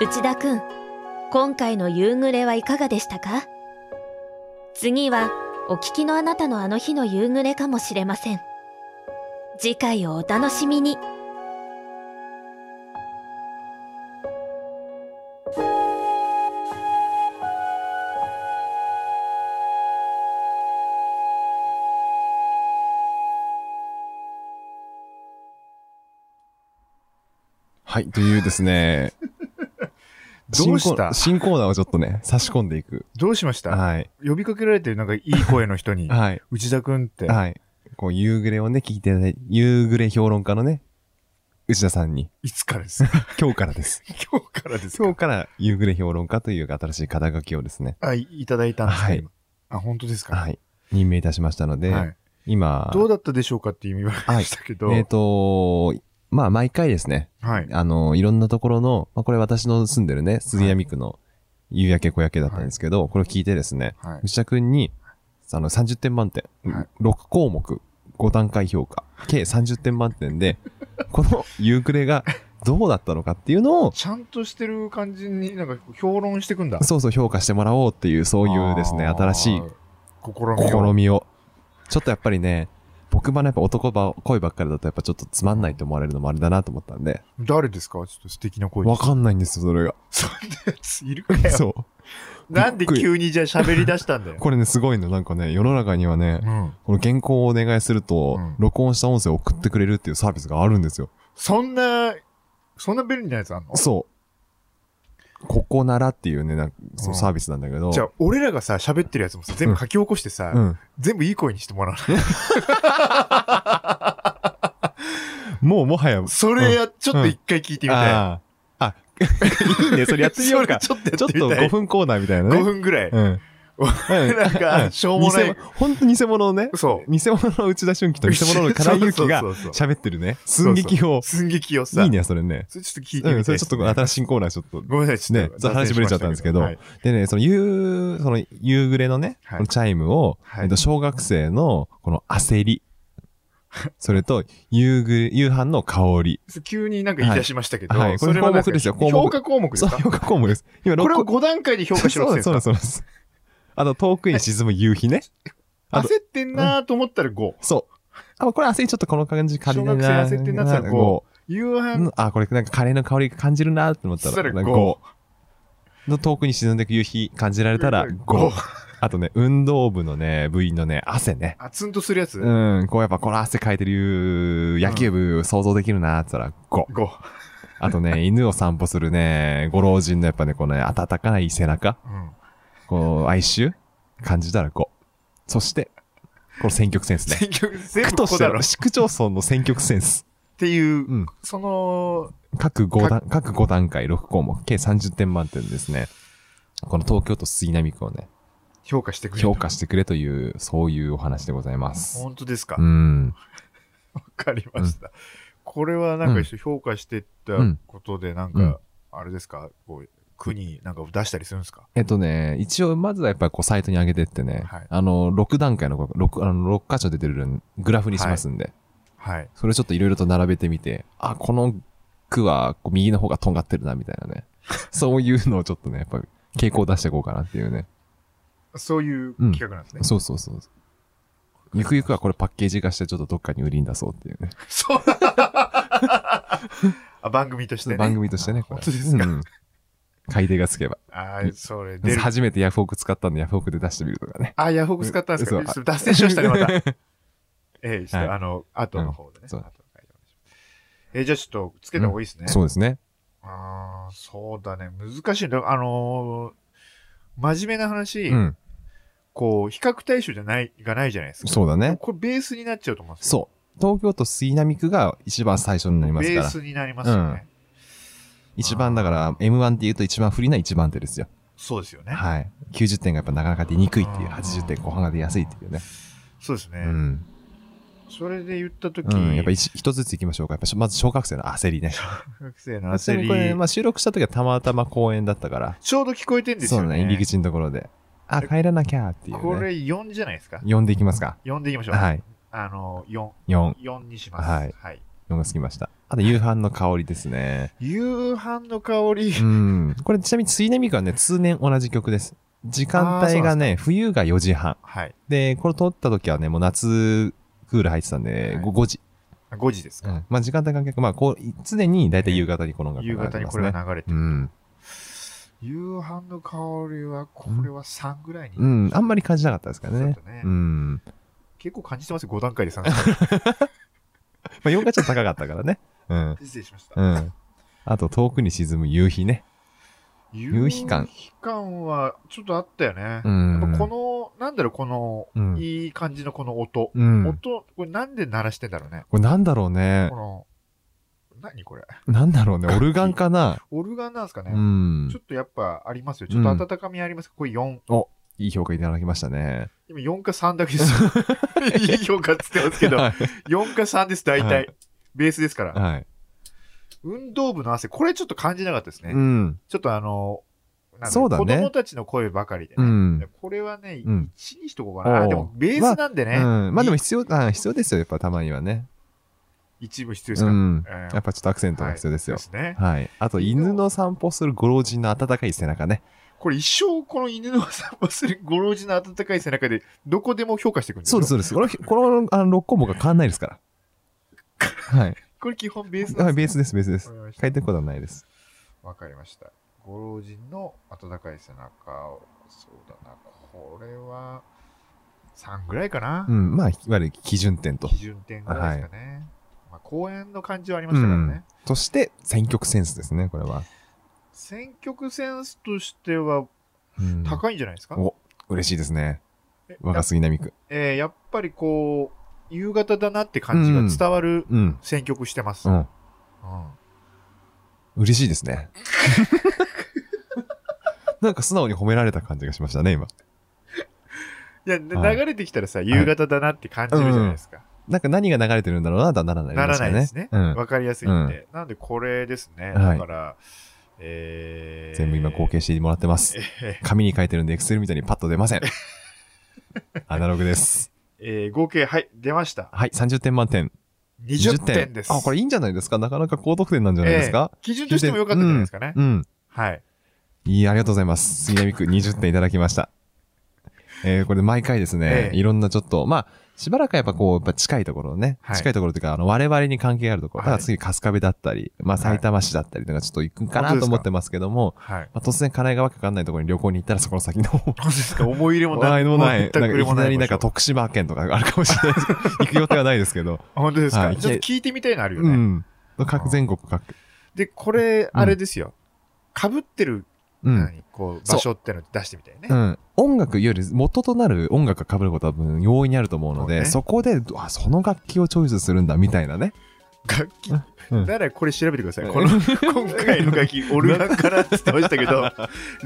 [SPEAKER 3] 内田くん、今回の夕暮れはいかがでしたか次はお聞きのあなたのあの日の夕暮れかもしれません。次回をお楽しみに。
[SPEAKER 1] はい、というですね、
[SPEAKER 2] どうした
[SPEAKER 1] 新コー新コーナーをちょっとね、差し込んでいく。
[SPEAKER 2] どうしました
[SPEAKER 1] はい。
[SPEAKER 2] 呼びかけられてるなんかいい声の人に、
[SPEAKER 1] はい。
[SPEAKER 2] 内田君って、
[SPEAKER 1] はい。こう、夕暮れをね、聞いていただいて、夕暮れ評論家のね、内田さんに、
[SPEAKER 2] いつからですか
[SPEAKER 1] 今日から です。
[SPEAKER 2] 今日からで す
[SPEAKER 1] 今日
[SPEAKER 2] か
[SPEAKER 1] から夕暮れ評論家という新しい肩書きをですね、
[SPEAKER 2] あい、いただいたんですか、
[SPEAKER 1] はい
[SPEAKER 2] 今あ、本当ですか
[SPEAKER 1] はい、任命いたしましたので、
[SPEAKER 2] はい
[SPEAKER 1] 今、
[SPEAKER 2] どうだったでしょうかって言われましたけど、
[SPEAKER 1] えっ、と、まあ、毎回ですね、
[SPEAKER 2] はい。
[SPEAKER 1] あの、いろんなところの、まあ、これ私の住んでるね、杉並区の夕焼け小焼けだったんですけど、これを聞いてですね、
[SPEAKER 2] はい。
[SPEAKER 1] 内田くんに、あの、30点満点、
[SPEAKER 2] はい
[SPEAKER 1] 6項目、5段階評価、計30点満点で、 この夕暮れがどうだったのかっていうのを、
[SPEAKER 2] ちゃんとしてる感じに、なんか評論してくんだ。
[SPEAKER 1] そうそう評価してもらおうっていう、そういうですね、
[SPEAKER 2] あー
[SPEAKER 1] 新しい
[SPEAKER 2] 試みを。
[SPEAKER 1] 試みを。ちょっとやっぱりね、僕もね、やっぱ男ば、声ばっかりだとやっぱちょっとつまんないと思われるのもあれだなと思ったんで、
[SPEAKER 2] 誰ですかちょっと素敵な声
[SPEAKER 1] わか
[SPEAKER 2] ん
[SPEAKER 1] んないんですよ、それが。
[SPEAKER 2] そんなやついるかよ。
[SPEAKER 1] そ
[SPEAKER 2] なんで急にじゃあ喋り出したんだ
[SPEAKER 1] う。
[SPEAKER 2] よ。
[SPEAKER 1] これね、すごいの、なんかね、世の中にはね
[SPEAKER 2] う、ん。
[SPEAKER 1] この原稿をお願いすると、
[SPEAKER 2] うん
[SPEAKER 1] 録音した音声を送ってくれるっていうサービスがあるんですよ。
[SPEAKER 2] そんな、そんな便利なやつあんの
[SPEAKER 1] そう。ここならっていうね、なんかそううんサービスなんだけど。
[SPEAKER 2] じゃあ、俺らがさ、喋ってるやつもさ、全部書き起こしてさ、
[SPEAKER 1] うん。
[SPEAKER 2] 全部いい声にしてもらわない。
[SPEAKER 1] もうもはや、
[SPEAKER 2] それや、ちょっと一回聞いてみたい。
[SPEAKER 1] あーあ、いいね、それやってみようか。ち
[SPEAKER 2] そ れちょっ
[SPEAKER 1] ょっ
[SPEAKER 2] と
[SPEAKER 1] と
[SPEAKER 2] やってみた
[SPEAKER 1] 5
[SPEAKER 2] い。
[SPEAKER 1] 分コーナーみたいな
[SPEAKER 2] 5
[SPEAKER 1] ね。
[SPEAKER 2] 分ぐらい。
[SPEAKER 1] うん。
[SPEAKER 2] なんか、しょうもない
[SPEAKER 1] 偽。物ほんと偽物のね、
[SPEAKER 2] そ
[SPEAKER 1] 偽物の内田俊樹と
[SPEAKER 2] う。
[SPEAKER 1] 偽物の金井由紀が
[SPEAKER 2] そうそうそう
[SPEAKER 1] 喋ってるね、
[SPEAKER 2] そ
[SPEAKER 1] 寸
[SPEAKER 2] う
[SPEAKER 1] 劇を。
[SPEAKER 2] 寸劇をさ。
[SPEAKER 1] いいね、それね。
[SPEAKER 2] それちょっと聞いてみたい、
[SPEAKER 1] うん、それちょっと新しいコーナーちょっと。
[SPEAKER 2] ごめんなさい、ちょっ
[SPEAKER 1] ね
[SPEAKER 2] と。
[SPEAKER 1] そう話ぶれちゃったんですけど
[SPEAKER 2] はい
[SPEAKER 1] でね、その夕、その夕暮れのね、
[SPEAKER 2] はい
[SPEAKER 1] このチャイムを、
[SPEAKER 2] はい
[SPEAKER 1] えっと、小学生のこの焦 り、それと夕暮れ、夕飯の香り、
[SPEAKER 2] そう急になんか言い出しましたけど、
[SPEAKER 1] はいはいこれ
[SPEAKER 2] そはなん
[SPEAKER 1] 項目ですよ項目
[SPEAKER 2] 評価項目です
[SPEAKER 1] そう
[SPEAKER 2] か
[SPEAKER 1] 評価項目です。今
[SPEAKER 2] これを
[SPEAKER 1] 六個
[SPEAKER 2] 5段階で評価しろって言
[SPEAKER 1] そううで
[SPEAKER 2] で
[SPEAKER 1] すす、そうです、そうです。あと、遠くに沈む夕日ね。
[SPEAKER 2] か
[SPEAKER 1] あと
[SPEAKER 2] 焦ってんなーと思ったら5。
[SPEAKER 1] そう。あ、これ焦りちょっとこの感じ、カレーな。
[SPEAKER 2] 小学生焦ってんなって言ったらこ
[SPEAKER 1] こ
[SPEAKER 2] 夕
[SPEAKER 1] う
[SPEAKER 2] 飯、
[SPEAKER 1] うんあ、これなんかカレーの香り感じるなって思った
[SPEAKER 2] そ
[SPEAKER 1] ら、
[SPEAKER 2] したら
[SPEAKER 1] なんか
[SPEAKER 2] こ
[SPEAKER 1] うの遠くに沈んでいく夕日感じられたら
[SPEAKER 2] 5
[SPEAKER 1] 5。。あとね、運動部のね、部員のね、汗ね。
[SPEAKER 2] あ、ツンとするやつ、
[SPEAKER 1] うん、こうやっぱこの汗かいてる野球部想像できるなーって言ったら5。
[SPEAKER 2] ?5。
[SPEAKER 1] あと ね、犬を散歩するね、ご老人のやっぱね、このね、温かない背中、
[SPEAKER 2] うん。
[SPEAKER 1] こう、哀愁感じたら5。そして、この選曲センスね。
[SPEAKER 2] 選曲全
[SPEAKER 1] 区
[SPEAKER 2] 部
[SPEAKER 1] と
[SPEAKER 2] こ
[SPEAKER 1] し
[SPEAKER 2] こ
[SPEAKER 1] て
[SPEAKER 2] だろ
[SPEAKER 1] の
[SPEAKER 2] っ
[SPEAKER 1] 市区町村の選曲センス。
[SPEAKER 2] ていう、
[SPEAKER 1] うん
[SPEAKER 2] その、
[SPEAKER 1] 各5段、各5段階6項目、計30点満点ですね。この東京都杉並区をね、
[SPEAKER 2] 評価してくれ
[SPEAKER 1] 評価してくれという、そういうお話でございます。
[SPEAKER 2] 本当ですか
[SPEAKER 1] う。ん。
[SPEAKER 2] わかりました。これはなんか一緒評価してったことで、なん
[SPEAKER 1] う
[SPEAKER 2] か
[SPEAKER 1] ん、
[SPEAKER 2] あれですか、こう、区になんか出したりするんですか
[SPEAKER 1] えっとね、一応、まずはやっぱりこう、サイトに上げてってね、
[SPEAKER 2] はい
[SPEAKER 1] あの、6段階の、6、あの、6箇所出てるグラフにしますんで、
[SPEAKER 2] はい。
[SPEAKER 1] それをちょっといろいろと並べてみて、あ、この区はこう右の方がとんがってるな、みたいなね。 そういうのをちょっとね、やっぱり傾向を出していこうかなっていうね。
[SPEAKER 2] そういう企画なんですね。
[SPEAKER 1] そうそうそう。ゆくゆくはこれパッケージ化してちょっとどっかに売りに出そうっていうね。
[SPEAKER 2] そう。 あ番組としてね。
[SPEAKER 1] 番組としてね、こ
[SPEAKER 2] 本
[SPEAKER 1] れ。
[SPEAKER 2] 当ですか。
[SPEAKER 1] うん買い手がつけば。
[SPEAKER 2] ああ、それ、出る。
[SPEAKER 1] 初めてヤフオク使ったんでヤフオクで出してみるとかね。
[SPEAKER 2] あ、ヤフオク使ったんですか
[SPEAKER 1] うん
[SPEAKER 2] ちょ
[SPEAKER 1] 嘘
[SPEAKER 2] っと脱線しましたね、また。 ええ、ちょっ
[SPEAKER 1] はい
[SPEAKER 2] とあの、後の方でね。
[SPEAKER 1] んそう
[SPEAKER 2] 後の回でお願いしますえー、じゃあちょっと、つけた方がいいですね。
[SPEAKER 1] そうですね。
[SPEAKER 2] ああ、そうだね。難しいんだ。あのー真面目な話、
[SPEAKER 1] うん。
[SPEAKER 2] こう、比較対象じゃない、がないじゃないですか。
[SPEAKER 1] そうだね。
[SPEAKER 2] これベースになっちゃうと思うんです
[SPEAKER 1] そ
[SPEAKER 2] よ。
[SPEAKER 1] う。東京都杉並区が一番最初になります
[SPEAKER 2] ベ
[SPEAKER 1] か
[SPEAKER 2] ー
[SPEAKER 1] ら。
[SPEAKER 2] スになりますよね。
[SPEAKER 1] 一番だから M1 って言うと一番不利な一番手ですよ。
[SPEAKER 2] そうですよね。
[SPEAKER 1] はい。90点がやっぱなかなか出にくいっていう、
[SPEAKER 2] あー
[SPEAKER 1] 80点後半が出やすいっていうね。
[SPEAKER 2] そうですね。
[SPEAKER 1] うん。
[SPEAKER 2] それで言ったとき、
[SPEAKER 1] うん。やっぱ一一つずつ行きましょうか。やっぱしまず小学生の焦りね。
[SPEAKER 2] 学生の
[SPEAKER 1] 私
[SPEAKER 2] 焦
[SPEAKER 1] も
[SPEAKER 2] り、
[SPEAKER 1] これ、まあ、収録した時はたまたま公園だったから。
[SPEAKER 2] ちょうど聞こえてんです
[SPEAKER 1] そ
[SPEAKER 2] よ
[SPEAKER 1] う
[SPEAKER 2] ね。
[SPEAKER 1] だね。入り口のところで。あ、帰らなきゃっていう、ね。
[SPEAKER 2] これ4じゃないですか。
[SPEAKER 1] 呼んでいきますか。
[SPEAKER 2] 4でいきましょう。
[SPEAKER 1] はい。
[SPEAKER 2] あの、4。
[SPEAKER 1] 4。
[SPEAKER 2] 4にします。
[SPEAKER 1] はい4がつきました。あと、夕飯の香りですね。
[SPEAKER 2] 夕飯の香り
[SPEAKER 1] う。ん。これ、ちなみに、水波区はね、通年同じ曲です。時間帯がね、冬が4時半。
[SPEAKER 2] はい。
[SPEAKER 1] で、これ撮った時はね、もう夏、クール入ってたんで、
[SPEAKER 2] はい
[SPEAKER 1] 5時。
[SPEAKER 2] 5時ですか。
[SPEAKER 1] うんまあ時間帯関係なく、まあこう、常に大体夕方にこの音楽
[SPEAKER 2] 夕
[SPEAKER 1] が流れ
[SPEAKER 2] 方
[SPEAKER 1] て
[SPEAKER 2] に
[SPEAKER 1] ま
[SPEAKER 2] こ
[SPEAKER 1] す
[SPEAKER 2] れ
[SPEAKER 1] ね。
[SPEAKER 2] が流れて
[SPEAKER 1] う
[SPEAKER 2] る。
[SPEAKER 1] ん。
[SPEAKER 2] 夕飯の香りは、これは3ぐらいに。
[SPEAKER 1] うん、あんまり感じなかったですから
[SPEAKER 2] そうだ
[SPEAKER 1] ね
[SPEAKER 2] った。ね
[SPEAKER 1] うん。
[SPEAKER 2] 結構感じてますよ、5段階で3。
[SPEAKER 1] まあ4がちょっと高かったからね。うん。
[SPEAKER 2] 失礼しました。
[SPEAKER 1] うん。あと、遠くに沈む夕日ね。
[SPEAKER 2] 夕
[SPEAKER 1] 日感
[SPEAKER 2] 日感は、ちょっとあったよね。
[SPEAKER 1] うん
[SPEAKER 2] やっぱこの、なんだろう、この、
[SPEAKER 1] うん
[SPEAKER 2] いい感じのこの音。
[SPEAKER 1] うん。
[SPEAKER 2] 音、これなんで鳴らしてんだろうね。
[SPEAKER 1] これなんだろうね
[SPEAKER 2] こ。の、何これ。
[SPEAKER 1] なんだろうね。オルガンかな
[SPEAKER 2] オルガンなんですか ね
[SPEAKER 1] う。ん
[SPEAKER 2] ちょ。っとやっぱありますよ。ちょっと温かみありますかこれ4。
[SPEAKER 1] いい評価いただきましたね。
[SPEAKER 2] 今4か3だけ ですよ。いい評価っつってますけど、
[SPEAKER 1] は
[SPEAKER 2] 4か3です、大体。
[SPEAKER 1] はい
[SPEAKER 2] ベースですから。
[SPEAKER 1] い。はい。
[SPEAKER 2] 運動部の汗、これちょっと感じなかったですね。
[SPEAKER 1] うん。
[SPEAKER 2] ちょっとあの、なん
[SPEAKER 1] そうだね
[SPEAKER 2] 子供たちの声ばかりで
[SPEAKER 1] う
[SPEAKER 2] ね。
[SPEAKER 1] ん。
[SPEAKER 2] これはね、
[SPEAKER 1] うん
[SPEAKER 2] 1にしとこうかな。あ
[SPEAKER 1] おう
[SPEAKER 2] でもベースなんで
[SPEAKER 1] う
[SPEAKER 2] ね、
[SPEAKER 1] ん。まあでも必要、あ必要ですよ。やっぱたまにはね。
[SPEAKER 2] 一部必要です
[SPEAKER 1] う
[SPEAKER 2] から。
[SPEAKER 1] ん。
[SPEAKER 2] えー
[SPEAKER 1] やっぱちょっとアクセントが必要ですよ
[SPEAKER 2] で。すね。
[SPEAKER 1] はい。あと、犬の散歩するご老人の温かい背中ね。
[SPEAKER 2] これ一生この犬の散歩するご老人の温かい背中で、どこでも評価していくんです
[SPEAKER 1] そう
[SPEAKER 2] よ
[SPEAKER 1] です、そうです。この、この、あの、6項目が変わんないですから。 はい。
[SPEAKER 2] これ基本ベースなん
[SPEAKER 1] は
[SPEAKER 2] で
[SPEAKER 1] い、
[SPEAKER 2] す
[SPEAKER 1] ベースです、ベースです。
[SPEAKER 2] わかりました
[SPEAKER 1] 変えていくことはないです。
[SPEAKER 2] わかりました。ご老人の温かい背中を、そうだな、これは3ぐらいかな、
[SPEAKER 1] うん。まあ、いわゆる基準点と
[SPEAKER 2] 基。準点ぐらいですかね。まあ、公演の感じはありましたからね。
[SPEAKER 1] うんそして、選曲センスですね、これは。
[SPEAKER 2] 選曲センスとしては
[SPEAKER 1] うん、
[SPEAKER 2] 高いんじゃないですか、
[SPEAKER 1] お、嬉しいですね。
[SPEAKER 2] え
[SPEAKER 1] 若杉並区。
[SPEAKER 2] えーやっぱりこう、夕方だなって感じが伝わる
[SPEAKER 1] うん。
[SPEAKER 2] 選曲してます。
[SPEAKER 1] う
[SPEAKER 2] うん
[SPEAKER 1] ん。嬉しいです ね。なんか素直に褒められた感じがしましたね、今。
[SPEAKER 2] いや、で
[SPEAKER 1] はい
[SPEAKER 2] 流れてきたらさ、夕方だなって感じるじゃないですか。
[SPEAKER 1] なんか何が流れてるんだろうな、だならない
[SPEAKER 2] ならないですね。
[SPEAKER 1] う
[SPEAKER 2] わ、
[SPEAKER 1] ん。
[SPEAKER 2] かりやすいんで。なんでこれですね。
[SPEAKER 1] は
[SPEAKER 2] だ
[SPEAKER 1] い
[SPEAKER 2] から、えー、
[SPEAKER 1] 全部今貢献してもらってます。
[SPEAKER 2] え
[SPEAKER 1] 紙に書いてるんで、エクセルみたいにパッと出 ません。アナログです。
[SPEAKER 2] ーえー合計、はい、出ました。
[SPEAKER 1] はい、30点満点。
[SPEAKER 2] 20点です。
[SPEAKER 1] あ、これいいんじゃないですかなかなか高得点なんじゃないですか
[SPEAKER 2] え、ー基準としても良かったんじゃないですかね。
[SPEAKER 1] うん。
[SPEAKER 2] はい。
[SPEAKER 1] いい、ありがとうございます。杉並区20点いただきました。えー、これ毎回ですね、
[SPEAKER 2] ええ
[SPEAKER 1] いろんなちょっと、まあ、しばらくはやっぱこう、やっぱ近いところね、
[SPEAKER 2] はい
[SPEAKER 1] 近いところというか、あの、我々に関係があるところ、
[SPEAKER 2] はい
[SPEAKER 1] ただ次、春日部だったり、まあ、埼玉市だったりとか、ちょっと行くか
[SPEAKER 2] 本当
[SPEAKER 1] な
[SPEAKER 2] で
[SPEAKER 1] と
[SPEAKER 2] すか
[SPEAKER 1] 思ってますけども、
[SPEAKER 2] はい。
[SPEAKER 1] まあ、突然、金井がわけわかんないところに旅行に行ったら、そこの先の方
[SPEAKER 2] どうですか思い 入れも
[SPEAKER 1] ないのもない。
[SPEAKER 2] 全
[SPEAKER 1] なん
[SPEAKER 2] く
[SPEAKER 1] かいきなりなんか
[SPEAKER 2] と。
[SPEAKER 1] 徳島県とかあるかもしれないですけど、行く予定はないですけど。
[SPEAKER 2] 本当ですか、
[SPEAKER 1] はい
[SPEAKER 2] ちょっと聞いてみたいのあるよ
[SPEAKER 1] う
[SPEAKER 2] ね。
[SPEAKER 1] ん。各全国各。
[SPEAKER 2] で、これ、あれですよ。被ってる、
[SPEAKER 1] うん。
[SPEAKER 2] 何こう、場所っての出してみたいね。
[SPEAKER 1] うん。音楽より元となる音楽が被ることは多分容易にあると思うので、
[SPEAKER 2] そうね
[SPEAKER 1] そこで、あ、その楽器をチョイスするんだみたいなね。
[SPEAKER 2] 楽器
[SPEAKER 1] うん
[SPEAKER 2] ならこれ調べてください。
[SPEAKER 1] うん
[SPEAKER 2] この 今回の楽器、オルガンからって言ってましたけど、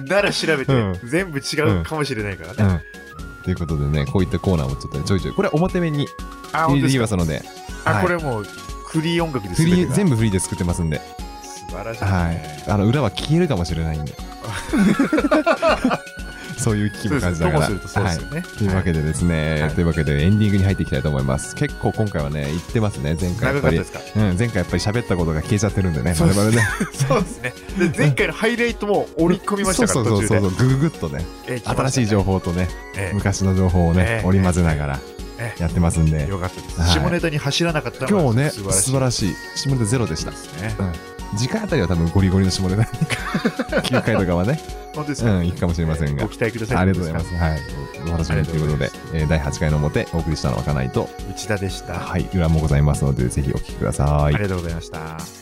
[SPEAKER 2] なら調べて、
[SPEAKER 1] うん
[SPEAKER 2] 全部違うかもしれないからね。
[SPEAKER 1] ということでね、こういったコーナーもちょっとねちょいちょい、これは表面に
[SPEAKER 2] あ、
[SPEAKER 1] 入れ
[SPEAKER 2] 本当
[SPEAKER 1] て
[SPEAKER 2] で
[SPEAKER 1] き
[SPEAKER 2] す
[SPEAKER 1] ま
[SPEAKER 2] か
[SPEAKER 1] すので、
[SPEAKER 2] あ、
[SPEAKER 1] はい
[SPEAKER 2] これもう、フリー音楽です
[SPEAKER 1] フリー全
[SPEAKER 2] 部。
[SPEAKER 1] 部フリーで作ってますんで、
[SPEAKER 2] 素晴らしい、ね。
[SPEAKER 1] はい、あの裏は消えるかもしれない んで、そういう危機
[SPEAKER 2] そ
[SPEAKER 1] も
[SPEAKER 2] うで
[SPEAKER 1] 感
[SPEAKER 2] す
[SPEAKER 1] じ
[SPEAKER 2] ね
[SPEAKER 1] なが
[SPEAKER 2] とも
[SPEAKER 1] ら。
[SPEAKER 2] するとそうで
[SPEAKER 1] はい
[SPEAKER 2] すよね。
[SPEAKER 1] というわけでですね、
[SPEAKER 2] はい
[SPEAKER 1] というわけでエンディングに入っていきたいと思います。結構今回はね、言ってますね、前回や
[SPEAKER 2] 長
[SPEAKER 1] っぱ
[SPEAKER 2] かった
[SPEAKER 1] り。
[SPEAKER 2] ですか
[SPEAKER 1] うん、前回やっぱり喋ったことが消えちゃってるんでね、
[SPEAKER 2] そう
[SPEAKER 1] 我
[SPEAKER 2] です
[SPEAKER 1] 々ね。
[SPEAKER 2] そうですね。で前回のハイライトも織り込みましたか
[SPEAKER 1] そう
[SPEAKER 2] ら、
[SPEAKER 1] そ
[SPEAKER 2] 途
[SPEAKER 1] う
[SPEAKER 2] 中
[SPEAKER 1] そう
[SPEAKER 2] で
[SPEAKER 1] そう、。ぐぐぐっとね、
[SPEAKER 2] えー来またね
[SPEAKER 1] 新しい情報とね、
[SPEAKER 2] えー
[SPEAKER 1] 昔の情報をね、
[SPEAKER 2] ええ
[SPEAKER 1] 織り交ぜながら
[SPEAKER 2] え
[SPEAKER 1] やってますんで、
[SPEAKER 2] よかったです、
[SPEAKER 1] はい
[SPEAKER 2] 下ネタに走らなかったのが
[SPEAKER 1] 今日ね、
[SPEAKER 2] 素
[SPEAKER 1] 素
[SPEAKER 2] 晴らし
[SPEAKER 1] 晴
[SPEAKER 2] い
[SPEAKER 1] らしい、下ネタゼロでした。
[SPEAKER 2] ですね。
[SPEAKER 1] 次回あたりは多分ゴリゴリの下 ネタ、9回とかはね、
[SPEAKER 2] 本当です
[SPEAKER 1] う
[SPEAKER 2] か、
[SPEAKER 1] ん、いくかもしれませんが
[SPEAKER 2] ご。期待ください。
[SPEAKER 1] ありがとうございます。はい。お楽しみにということで
[SPEAKER 2] ありがとうござい、
[SPEAKER 1] えー第8回の表、お送りしたのはかないと、
[SPEAKER 2] 内田でした。
[SPEAKER 1] はい、裏もございますので、ぜひお聞きください
[SPEAKER 2] あり。がとうございました。